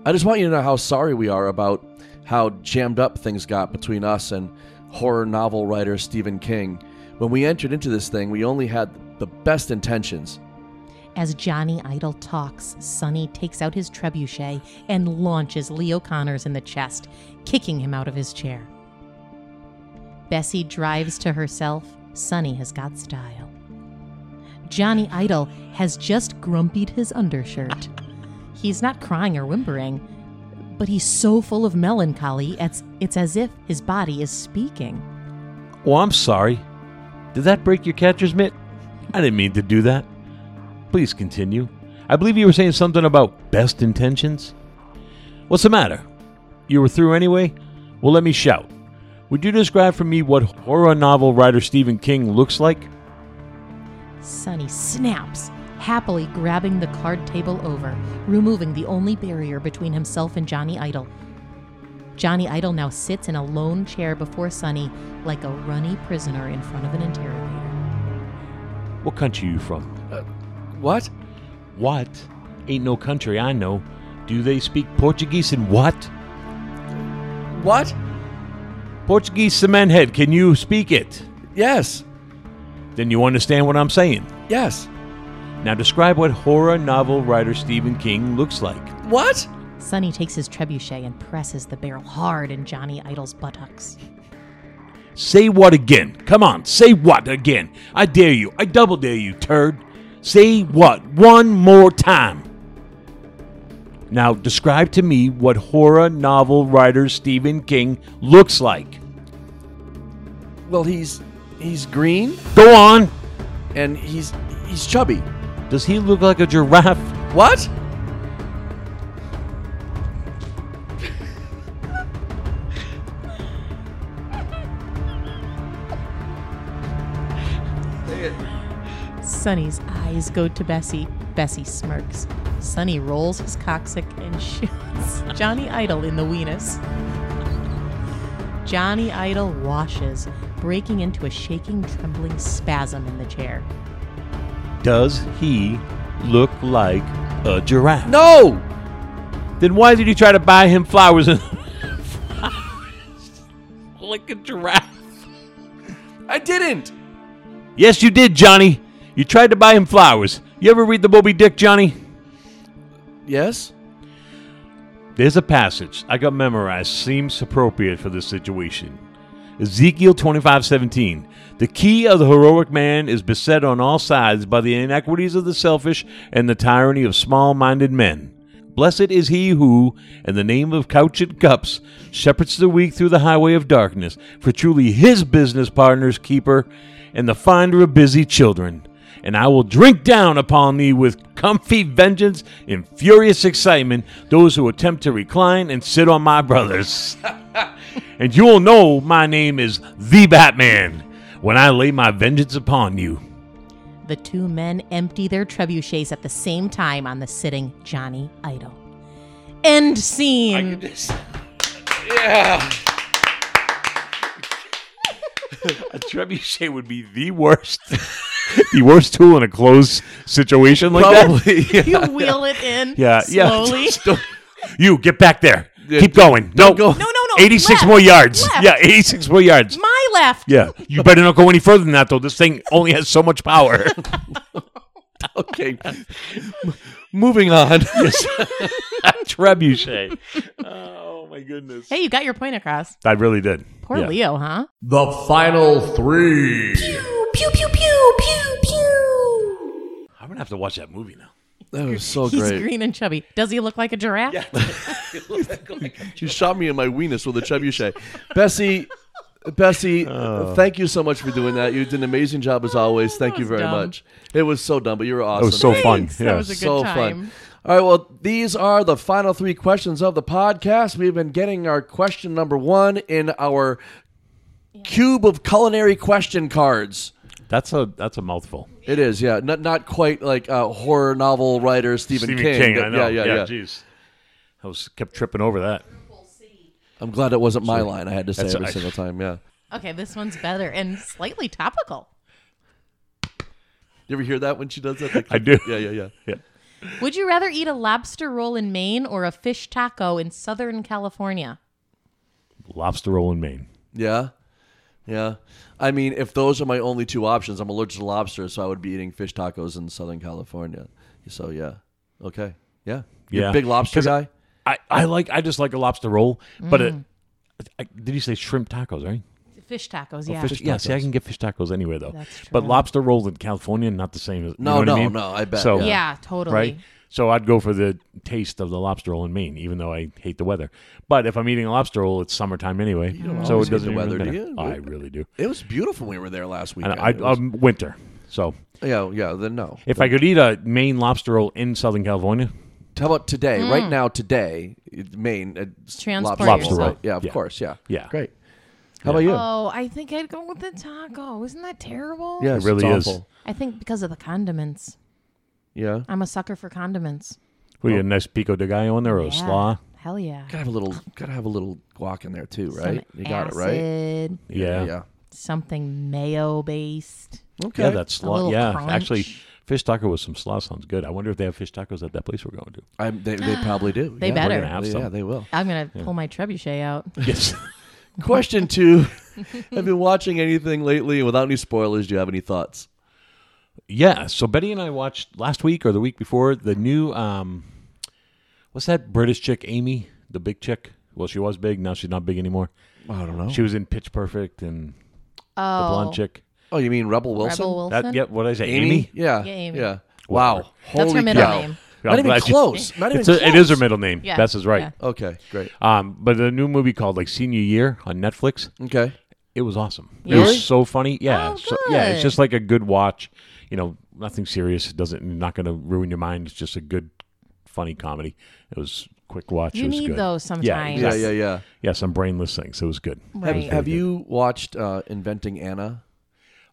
Speaker 1: I just want you to know how sorry we are about how jammed up things got between us and horror novel writer Stephen King. When we entered into this thing, we only had the best intentions.
Speaker 3: As Johnny Idol talks, Sonny takes out his trebuchet and launches Leo Connors in the chest, kicking him out of his chair. Bessie drives to herself. Sonny has got style. Johnny Idol has just grumpied his undershirt. He's not crying or whimpering, but he's so full of melancholy, it's, it's as if his body is speaking.
Speaker 2: Oh, I'm sorry. Did that break your catcher's mitt? I didn't mean to do that. Please continue. I believe you were saying something about best intentions. What's the matter? You were through anyway? Well, let me shout. Would you describe for me what horror novel writer Stephen King looks like?
Speaker 3: Sonny snaps, happily grabbing the card table over, removing the only barrier between himself and Johnny Idol. Johnny Idol now sits in a lone chair before Sonny, like a runny prisoner in front of an interrogator.
Speaker 2: What country you from?
Speaker 1: What?
Speaker 2: What? Ain't no country I know. Do they speak Portuguese and what?
Speaker 1: What?
Speaker 2: Portuguese cement head, can you speak it?
Speaker 1: Yes.
Speaker 2: Then you understand what I'm saying.
Speaker 1: Yes.
Speaker 2: Now describe what horror novel writer Stephen King looks like.
Speaker 1: What?
Speaker 3: Sonny takes his trebuchet and presses the barrel hard in Johnny Idol's buttocks.
Speaker 2: Say what again? Come on, say what again? I dare you. I double dare you, turd. Say what one more time. Now describe to me what horror novel writer Stephen King looks like.
Speaker 1: Well, he's he's green
Speaker 2: Go on.
Speaker 1: and he's he's chubby.
Speaker 2: Does he look like a giraffe?
Speaker 1: What?
Speaker 3: Sonny's eyes go to Bessie. Bessie smirks. Sonny rolls his coccyx and (laughs) shoots Johnny Idol in the weenus. Johnny Idol washes, breaking into a shaking, trembling spasm in the chair.
Speaker 2: Does he look like a giraffe?
Speaker 1: No.
Speaker 2: Then why did you try to buy him flowers and (laughs) like a giraffe?
Speaker 1: I didn't.
Speaker 2: Yes, you did, Johnny. You tried to buy him flowers. You ever read the Moby Dick, Johnny?
Speaker 1: Yes.
Speaker 2: There's a passage I got memorized seems appropriate for this situation. Ezekiel 25:17. The key of the heroic man is beset on all sides by the inequities of the selfish and the tyranny of small-minded men. Blessed is he who, in the name of couch and cups, shepherds the weak through the highway of darkness, for truly his business partner's keeper and the finder of busy children and I will drink down upon thee with comfy vengeance in furious excitement those who attempt to recline and sit on my brothers. and you will know my name is the Batman when I lay my vengeance upon you.
Speaker 3: The two men empty their trebuchets at the same time on the sitting Johnny Idol. End scene.
Speaker 1: Yeah.
Speaker 2: A trebuchet would be the worst. (laughs) the worst tool in a closed situation like
Speaker 1: Probably. (laughs)
Speaker 3: You wheel it in
Speaker 2: (laughs) Yeah, yeah.
Speaker 3: slowly.
Speaker 2: Don't- you get back there.
Speaker 1: Yeah,
Speaker 2: Keep going. No,
Speaker 1: don't go- No,
Speaker 3: no, no,
Speaker 2: 86
Speaker 3: left,
Speaker 2: more yards.
Speaker 3: left.
Speaker 2: Yeah, 86 more yards.
Speaker 3: My left.
Speaker 2: Yeah, you better not go any further than that, though. This thing only has so much power. (laughs)
Speaker 1: okay. moving on.
Speaker 2: (laughs) Trebuchet. Oh my goodness.
Speaker 3: Hey, you got your point across.
Speaker 2: I really did.
Speaker 3: Poor
Speaker 2: Yeah.
Speaker 3: Leo, huh?
Speaker 1: The final three.
Speaker 3: Pew pew pew pew pew.
Speaker 2: I'm gonna have to watch that movie now.
Speaker 1: That was so
Speaker 3: He's
Speaker 1: great.
Speaker 3: green and chubby. Does he look like a giraffe? (laughs)
Speaker 1: She shot me in my weenus with a trebuchet. (laughs) Uh. Bessie, Bessie, thank you so much for doing that. You did an amazing job as always. Thank you
Speaker 3: was
Speaker 1: very
Speaker 3: dumb.
Speaker 1: much. It was so dumb, but you were awesome.
Speaker 2: That was so fun.
Speaker 3: Thanks.
Speaker 2: Yeah.
Speaker 3: That was a good
Speaker 1: so
Speaker 3: time.
Speaker 1: fun. All right, well, these are the final three questions of the podcast. We've been getting our question number one in our cube of culinary question cards.
Speaker 2: that's a that's a mouthful.
Speaker 1: It is, yeah, not not quite like uh, horror novel writer Stephen, King.
Speaker 2: I
Speaker 1: but-
Speaker 2: know.
Speaker 1: Yeah, yeah, yeah.
Speaker 2: Jeez, I was kept tripping over that.
Speaker 1: I'm glad it wasn't my line. I had to say
Speaker 2: That's
Speaker 1: every
Speaker 2: right.
Speaker 1: single time. Yeah.
Speaker 3: Okay, this one's better and slightly topical.
Speaker 1: You ever hear that when she does that? (laughs) The
Speaker 2: I
Speaker 1: click-
Speaker 2: do.
Speaker 1: Yeah, yeah, yeah.
Speaker 3: Would you rather eat a lobster roll in Maine or a fish taco in Southern California?
Speaker 2: Lobster roll in Maine.
Speaker 1: Yeah. Yeah. I mean, if those are my only two options, I'm allergic to lobster, so I would be eating fish tacos in Southern California. So, yeah. Okay. Yeah. You
Speaker 2: Yeah.
Speaker 1: big lobster
Speaker 2: 'Cause I-
Speaker 1: guy?
Speaker 2: I, I like I just like a lobster roll, but
Speaker 1: Mm.
Speaker 2: it, I, did you say shrimp tacos? Right?
Speaker 3: Fish tacos, yeah.
Speaker 2: Fish, yeah. See, I can get fish tacos anywhere though,
Speaker 3: That's
Speaker 2: but
Speaker 3: true.
Speaker 2: lobster roll in California not the same as you
Speaker 1: No,
Speaker 2: know what
Speaker 1: no,
Speaker 2: I mean?
Speaker 1: no, I bet,
Speaker 2: So
Speaker 1: yeah.
Speaker 3: yeah, totally.
Speaker 2: right. So I'd go for the taste of the lobster roll in Maine, even though I hate the weather. But if I'm eating a lobster roll, it's summertime anyway, so
Speaker 1: always
Speaker 2: it
Speaker 1: hate
Speaker 2: doesn't
Speaker 1: the
Speaker 2: really
Speaker 1: weather, do
Speaker 2: matter.
Speaker 1: you?
Speaker 2: I really do.
Speaker 1: It was beautiful when we were there last week.
Speaker 2: And I, I'm winter, so
Speaker 1: um, yeah, yeah, then no.
Speaker 2: if I could eat a Maine lobster roll in Southern California,
Speaker 1: How about today?
Speaker 3: Mm.
Speaker 1: Right now, today, it- Maine. Uh,
Speaker 3: Transport
Speaker 1: lobster
Speaker 2: yourself.
Speaker 1: roll. Yeah, of
Speaker 2: Yeah.
Speaker 1: course. Yeah.
Speaker 2: Yeah.
Speaker 1: Great. How about you?
Speaker 3: Oh, I think I'd go with the taco. Isn't that terrible?
Speaker 1: yes,
Speaker 2: it really
Speaker 1: it's
Speaker 2: is.
Speaker 1: awful.
Speaker 3: I think because of the condiments.
Speaker 1: Yeah.
Speaker 3: I'm a sucker for condiments.
Speaker 2: we get a nice pico de gallo in there or a
Speaker 3: Yeah.
Speaker 2: slaw.
Speaker 3: Hell yeah.
Speaker 1: Gotta have a little, gotta have a little guac in there too, right?
Speaker 3: Some
Speaker 1: you got it, right?
Speaker 3: acid,
Speaker 2: Yeah,
Speaker 1: Yeah.
Speaker 3: Something mayo based.
Speaker 1: Okay.
Speaker 2: Yeah, that
Speaker 3: A
Speaker 2: slaw.
Speaker 3: little
Speaker 2: Yeah,
Speaker 3: crunch.
Speaker 2: actually, fish taco with some slaw sounds good. I wonder if they have fish tacos at that place we're going to.
Speaker 1: I'm, they, they probably do.
Speaker 3: They
Speaker 1: yeah.
Speaker 3: better.
Speaker 2: We're gonna have some.
Speaker 1: Yeah, they
Speaker 3: (laughs)
Speaker 1: will.
Speaker 3: I'm gonna pull my trebuchet
Speaker 2: (laughs)
Speaker 3: out.
Speaker 2: (laughs) Yes.
Speaker 1: Question
Speaker 3: (laughs)
Speaker 1: two: Have you been watching anything lately? Without any spoilers, do you have any thoughts?
Speaker 2: yeah. So Betty and I watched last week or the week before the new um, what's that British chick Amy, the big chick. Well, she was big. Now she's not big anymore.
Speaker 1: I don't know.
Speaker 2: She was in Pitch Perfect and the
Speaker 3: Oh,
Speaker 2: blonde chick.
Speaker 1: Oh, you mean Rebel Wilson?
Speaker 3: Rebel Wilson.
Speaker 2: That yeah. What did I say?
Speaker 1: Amy? Yeah.
Speaker 3: Yeah, Amy.
Speaker 1: Yeah. Wow.
Speaker 3: That's
Speaker 1: Holy
Speaker 3: her middle
Speaker 1: cow.
Speaker 3: name.
Speaker 2: I'm
Speaker 1: Not even
Speaker 2: glad you-
Speaker 1: close. Not even
Speaker 2: It's a, it is her
Speaker 1: close.
Speaker 2: middle name.
Speaker 3: Yeah.
Speaker 2: Bess is right.
Speaker 1: Okay. Great.
Speaker 2: Um, but the new movie called like Senior Year on Netflix.
Speaker 1: Okay.
Speaker 2: It was awesome. It
Speaker 1: Really?
Speaker 2: was so funny. Yeah.
Speaker 3: Oh,
Speaker 2: so- yeah,
Speaker 3: good.
Speaker 2: it's just like a good watch. You know, nothing serious. It doesn't not going to ruin your mind. It's just a good funny comedy. It was quick watch.
Speaker 3: You
Speaker 2: it was
Speaker 3: need
Speaker 2: good.
Speaker 3: those sometimes.
Speaker 1: Yeah.
Speaker 2: exactly.
Speaker 1: Yeah. Yeah.
Speaker 2: Yeah, some brainless things. It was good.
Speaker 1: Have,
Speaker 3: Right.
Speaker 1: have you watched uh, Inventing Anna?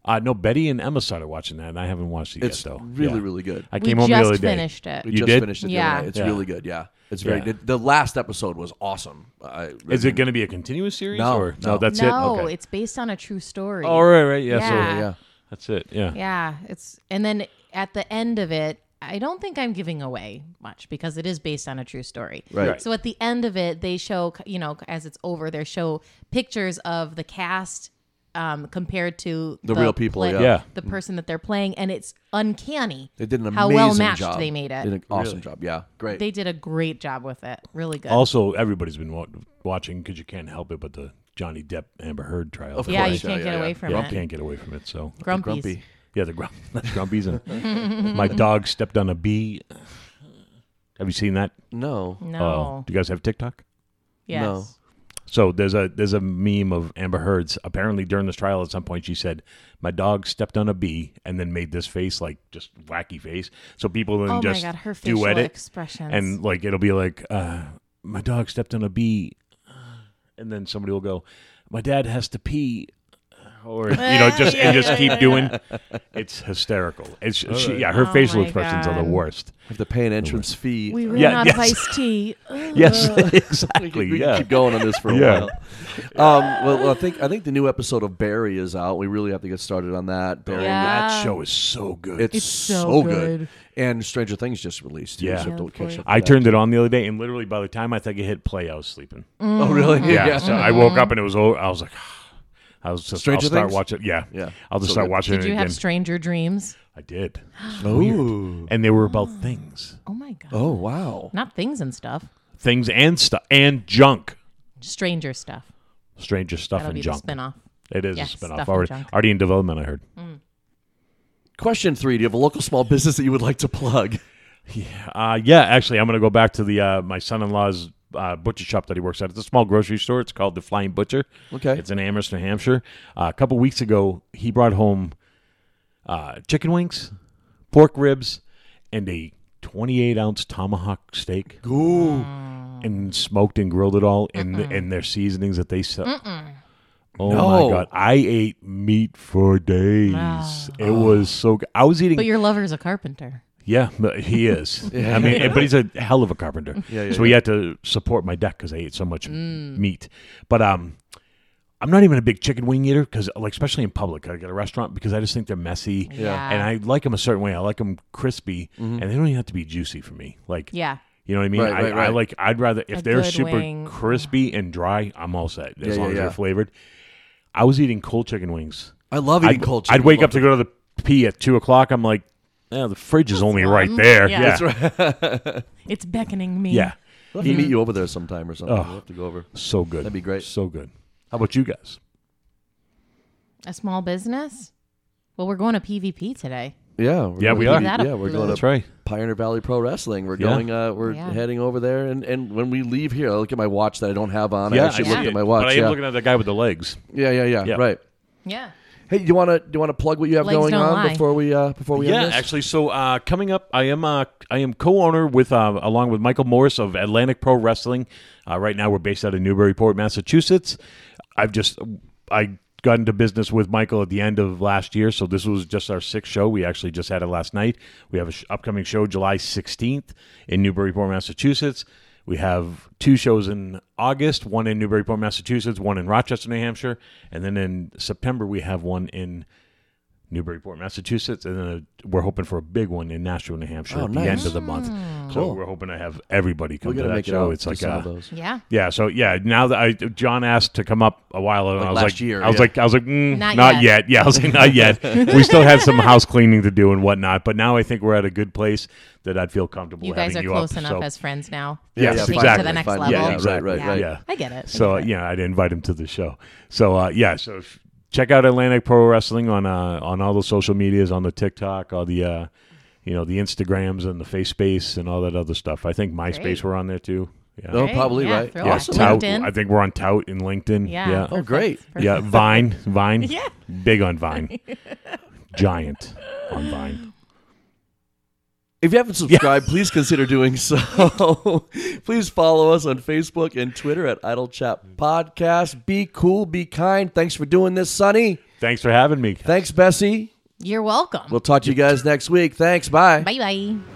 Speaker 2: Uh, no, Betty and Emma started watching that, and I haven't watched it
Speaker 1: It's
Speaker 2: yet though.
Speaker 1: really,
Speaker 2: Yeah.
Speaker 1: really good.
Speaker 2: I
Speaker 3: we
Speaker 2: came
Speaker 3: just
Speaker 2: home the other day.
Speaker 3: finished it.
Speaker 1: We
Speaker 2: You
Speaker 1: just
Speaker 2: did?
Speaker 1: finished it the
Speaker 3: Yeah.
Speaker 1: other night. It's
Speaker 2: Yeah.
Speaker 1: really good. Yeah. It's very.
Speaker 2: Yeah.
Speaker 1: The, the last episode was awesome. I,
Speaker 2: Is it going to be a continuous series?
Speaker 1: No,
Speaker 2: or?
Speaker 1: no.
Speaker 2: that's
Speaker 3: no,
Speaker 2: it. Okay.
Speaker 3: it's based on a true story.
Speaker 2: All right, right, yeah. So
Speaker 3: Yeah.
Speaker 1: Yeah.
Speaker 2: that's it. Yeah.
Speaker 3: Yeah, it's and then at the end of it, I don't think I'm giving away much because it is based on a true story.
Speaker 1: Right. Right.
Speaker 3: So at the end of it, they show you know as it's over, they show pictures of the cast um, compared to
Speaker 1: The real people, yeah.
Speaker 2: Yeah.
Speaker 3: the person that they're playing, and it's uncanny.
Speaker 1: They did an amazing
Speaker 3: how well matched
Speaker 1: job.
Speaker 3: they made it.
Speaker 1: Did an awesome job. Yeah. Great.
Speaker 3: They did a great job with it. Really good.
Speaker 2: Also, everybody's been wa- watching because you can't help it. But the Johnny Depp Amber Heard trial.
Speaker 1: Of
Speaker 3: yeah,
Speaker 1: course,
Speaker 3: you can't
Speaker 1: yeah,
Speaker 3: get
Speaker 1: yeah,
Speaker 3: away
Speaker 1: yeah.
Speaker 3: from
Speaker 2: Yeah, you
Speaker 3: it.
Speaker 2: can't get away from it. So
Speaker 3: Grumpies.
Speaker 1: Grumpy.
Speaker 2: Yeah, the grump, that's (laughs) grumpies
Speaker 3: (laughs)
Speaker 2: and my dog stepped on a bee. Have you seen that?
Speaker 1: No.
Speaker 3: No.
Speaker 2: Oh, do you guys have TikTok?
Speaker 3: yes.
Speaker 1: no.
Speaker 2: So there's a there's a meme of Amber Heard's. Apparently during this trial, at some point, she said, "My dog stepped on a bee," and then made this face, like just wacky face. So people then
Speaker 3: Oh my
Speaker 2: just
Speaker 3: god, her facial
Speaker 2: duet it,
Speaker 3: expressions.
Speaker 2: and like it'll be like, uh, "My dog stepped on a bee," and then somebody will go, "My dad has to pee." Or you know, just and just keep doing. It's hysterical. It's she, yeah. Her
Speaker 3: Oh
Speaker 2: facial
Speaker 3: my
Speaker 2: expressions are the
Speaker 3: God.
Speaker 2: worst.
Speaker 1: Have to pay an entrance fee.
Speaker 3: we ran
Speaker 2: Yeah,
Speaker 3: out of
Speaker 2: yes.
Speaker 3: iced
Speaker 2: (laughs)
Speaker 3: tea. Ugh.
Speaker 2: Yes,
Speaker 1: We could-
Speaker 2: exactly.
Speaker 1: we could
Speaker 2: yeah.
Speaker 1: keep going on this for a
Speaker 2: Yeah.
Speaker 1: while. (laughs) Um, well, I think I think the new episode of Barry is out. We really have to get started on that. Barry,
Speaker 3: Yeah.
Speaker 2: That show is so good.
Speaker 1: it's,
Speaker 3: It's
Speaker 1: so,
Speaker 3: so
Speaker 1: good.
Speaker 3: good.
Speaker 1: And Stranger Things just released. too,
Speaker 2: Yeah.
Speaker 1: so
Speaker 2: Yeah,
Speaker 1: don't catch up
Speaker 2: I
Speaker 1: with that.
Speaker 2: turned it on the other day, and literally by the time I think it hit play, I was sleeping.
Speaker 1: Oh, really?
Speaker 2: Yeah. So I woke up and it was over. I was like, (sighs) I was just.
Speaker 1: Stranger
Speaker 2: I'll start
Speaker 1: Things?
Speaker 2: watching. Yeah.
Speaker 1: Yeah.
Speaker 2: I'll just
Speaker 1: So
Speaker 2: start
Speaker 1: good.
Speaker 2: watching
Speaker 3: Did
Speaker 2: it
Speaker 3: you
Speaker 2: again.
Speaker 3: have stranger dreams? (gasps)
Speaker 2: I did.
Speaker 1: Ooh.
Speaker 2: And they were about
Speaker 3: Ah.
Speaker 2: things,
Speaker 3: Oh my god.
Speaker 1: Oh, wow.
Speaker 3: Not things and stuff.
Speaker 2: things and stuff, and junk.
Speaker 3: Stranger Stuff.
Speaker 2: Stranger Stuff
Speaker 3: That'll
Speaker 2: and
Speaker 3: be
Speaker 2: Junk.
Speaker 3: the spinoff.
Speaker 2: It is
Speaker 3: Yeah,
Speaker 2: a spinoff.
Speaker 3: Stuff and
Speaker 2: Already,
Speaker 3: Junk. Mm.
Speaker 2: already in development, I heard.
Speaker 1: Question three: Do you have a local small business that you would like to plug?
Speaker 2: Uh, yeah, actually, I'm going to go back to the uh, my son-in-law's uh, butcher shop that he works at. It's a small grocery store. It's called the Flying Butcher.
Speaker 1: Okay.
Speaker 2: It's in Amherst, New Hampshire. Uh, a couple weeks ago, he brought home uh, chicken wings, pork ribs, and a 28 ounce tomahawk steak.
Speaker 1: Ooh,
Speaker 2: and smoked and grilled it all in the, in their seasonings that they sell. Oh
Speaker 1: No.
Speaker 2: my god! I ate meat for days. It was so good. I was eating.
Speaker 3: But your lover's a carpenter.
Speaker 2: yeah, but
Speaker 1: (laughs)
Speaker 2: he is. I mean, but he's a hell of a carpenter.
Speaker 1: Yeah, yeah,
Speaker 2: so we had to support my deck because I ate so much
Speaker 3: Mm.
Speaker 2: meat. But um, I'm not even a big chicken wing eater because, like, especially in public, like at a restaurant, because I just think they're messy.
Speaker 3: Yeah.
Speaker 2: And I like them a certain way. I like them crispy,
Speaker 1: Mm-hmm.
Speaker 2: and they don't even have to be juicy for me. Like,
Speaker 3: Yeah.
Speaker 2: you know what I mean?
Speaker 1: Right,
Speaker 2: I,
Speaker 1: right, right.
Speaker 2: I like. I'd rather if
Speaker 3: A
Speaker 2: they're
Speaker 3: good
Speaker 2: super
Speaker 3: wing.
Speaker 2: crispy and dry, I'm all set as
Speaker 1: Yeah,
Speaker 2: long
Speaker 1: yeah,
Speaker 2: as
Speaker 1: yeah.
Speaker 2: they're flavored. I was eating cold chicken wings.
Speaker 1: I love eating
Speaker 2: I'd,
Speaker 1: cold
Speaker 2: I'd
Speaker 1: chicken.
Speaker 2: wake up to go to the pee at two o'clock. I'm like, yeah, the fridge is only right
Speaker 3: warm."
Speaker 2: there.
Speaker 3: Yeah.
Speaker 2: Yeah,
Speaker 3: That's
Speaker 2: yeah.
Speaker 1: (laughs)
Speaker 3: It's beckoning me.
Speaker 1: I'll have to meet you over there sometime or something. We'll have to go over.
Speaker 2: so good.
Speaker 1: That'd be great.
Speaker 2: So good. How about you guys?
Speaker 3: A small business? Well, we're going to PvP today.
Speaker 1: Yeah, we're
Speaker 2: Yeah,
Speaker 1: going
Speaker 2: we
Speaker 1: to
Speaker 2: are.
Speaker 1: be-
Speaker 3: That up
Speaker 1: Yeah, we're
Speaker 3: blue.
Speaker 1: going to
Speaker 2: That's right.
Speaker 1: Pioneer Valley Pro Wrestling. We're
Speaker 2: Yeah.
Speaker 1: going. Uh, we're
Speaker 3: Yeah.
Speaker 1: heading over there, and, and when we leave here, I look at my watch that I don't have on. I actually
Speaker 3: I
Speaker 1: looked
Speaker 3: see
Speaker 1: at my watch.
Speaker 2: But I am
Speaker 1: yeah.
Speaker 2: looking at the guy with the legs.
Speaker 1: yeah, yeah, yeah,
Speaker 2: Yeah.
Speaker 1: Right.
Speaker 3: Yeah.
Speaker 1: Hey, do you want to do you want to plug what you have
Speaker 3: Legs
Speaker 1: going
Speaker 3: don't
Speaker 1: on
Speaker 3: lie.
Speaker 1: before we uh, before we
Speaker 2: yeah,
Speaker 1: end this?
Speaker 2: actually. So uh, coming up, I am uh, I am co-owner with uh, along with Michael Morris of Atlantic Pro Wrestling. Uh, right now, we're based out of Newburyport, Massachusetts. I've just I got into business with Michael at the end of last year, so this was just our sixth show. We actually just had it last night. We have an sh- upcoming show July sixteenth in Newburyport, Massachusetts. We have two shows in August, one in Newburyport, Massachusetts, one in Rochester, New Hampshire, and then in September we have one in Newburyport, Massachusetts, and then uh we're hoping for a big one in Nashville, New Hampshire
Speaker 1: Oh,
Speaker 2: at
Speaker 1: nice. Hmm.
Speaker 2: the end of the month. So we're hoping to have everybody
Speaker 1: we're
Speaker 2: come to
Speaker 1: gonna
Speaker 2: that
Speaker 1: make it
Speaker 2: show.
Speaker 1: out
Speaker 2: it's
Speaker 1: to
Speaker 2: like
Speaker 1: some
Speaker 2: uh,
Speaker 1: of those.
Speaker 3: Yeah.
Speaker 2: yeah, so yeah, now that I John asked to come up a while ago, and I was
Speaker 1: last
Speaker 2: like,
Speaker 1: year,
Speaker 2: I was
Speaker 1: yeah.
Speaker 2: like, I was like, mm,
Speaker 3: Not
Speaker 2: not,
Speaker 3: yet.
Speaker 2: yet. Yeah, I was like,
Speaker 1: (laughs)
Speaker 2: not yet. we still had some house cleaning to do and whatnot, but now I think we're at a good place that I'd feel comfortable.
Speaker 3: You guys
Speaker 2: having
Speaker 3: are
Speaker 2: you
Speaker 3: close
Speaker 2: up,
Speaker 3: enough
Speaker 2: so,
Speaker 3: as friends now.
Speaker 1: Yeah,
Speaker 2: Yes,
Speaker 1: yeah,
Speaker 3: to take it to
Speaker 2: exactly.
Speaker 3: the next
Speaker 1: Finally,
Speaker 3: level.
Speaker 1: yeah,
Speaker 2: Yeah, exactly.
Speaker 1: right, right, right.
Speaker 2: Yeah.
Speaker 3: I get it. I
Speaker 2: So uh,
Speaker 3: get it.
Speaker 2: yeah, I'd invite him to the show. So uh, yeah, so if, check out Atlantic Pro Wrestling on uh, on all the social medias, on the TikTok, all the uh, you know the Instagrams and the Face Space and all that other stuff. I think MySpace
Speaker 3: Great.
Speaker 2: we're on there too. Yeah,
Speaker 1: Oh,
Speaker 3: Great.
Speaker 1: probably
Speaker 3: Yeah,
Speaker 1: right.
Speaker 3: throw
Speaker 1: Yeah.
Speaker 3: it.
Speaker 1: Awesome.
Speaker 2: Tout.
Speaker 3: LinkedIn.
Speaker 2: I think we're on Tout and LinkedIn.
Speaker 3: Yeah.
Speaker 2: yeah.
Speaker 1: Oh, great.
Speaker 3: perfect.
Speaker 2: Yeah, Vine, Vine, big on Vine, giant on Vine.
Speaker 1: If you haven't subscribed, please consider doing so. (laughs) please follow us on Facebook and Twitter at Idle Chat Podcast. Be cool, be kind. Thanks for doing this, Sonny.
Speaker 2: Thanks for having me.
Speaker 1: Thanks, Bessie.
Speaker 3: You're welcome.
Speaker 1: We'll talk to you guys next week. Thanks. Bye.
Speaker 3: bye bye.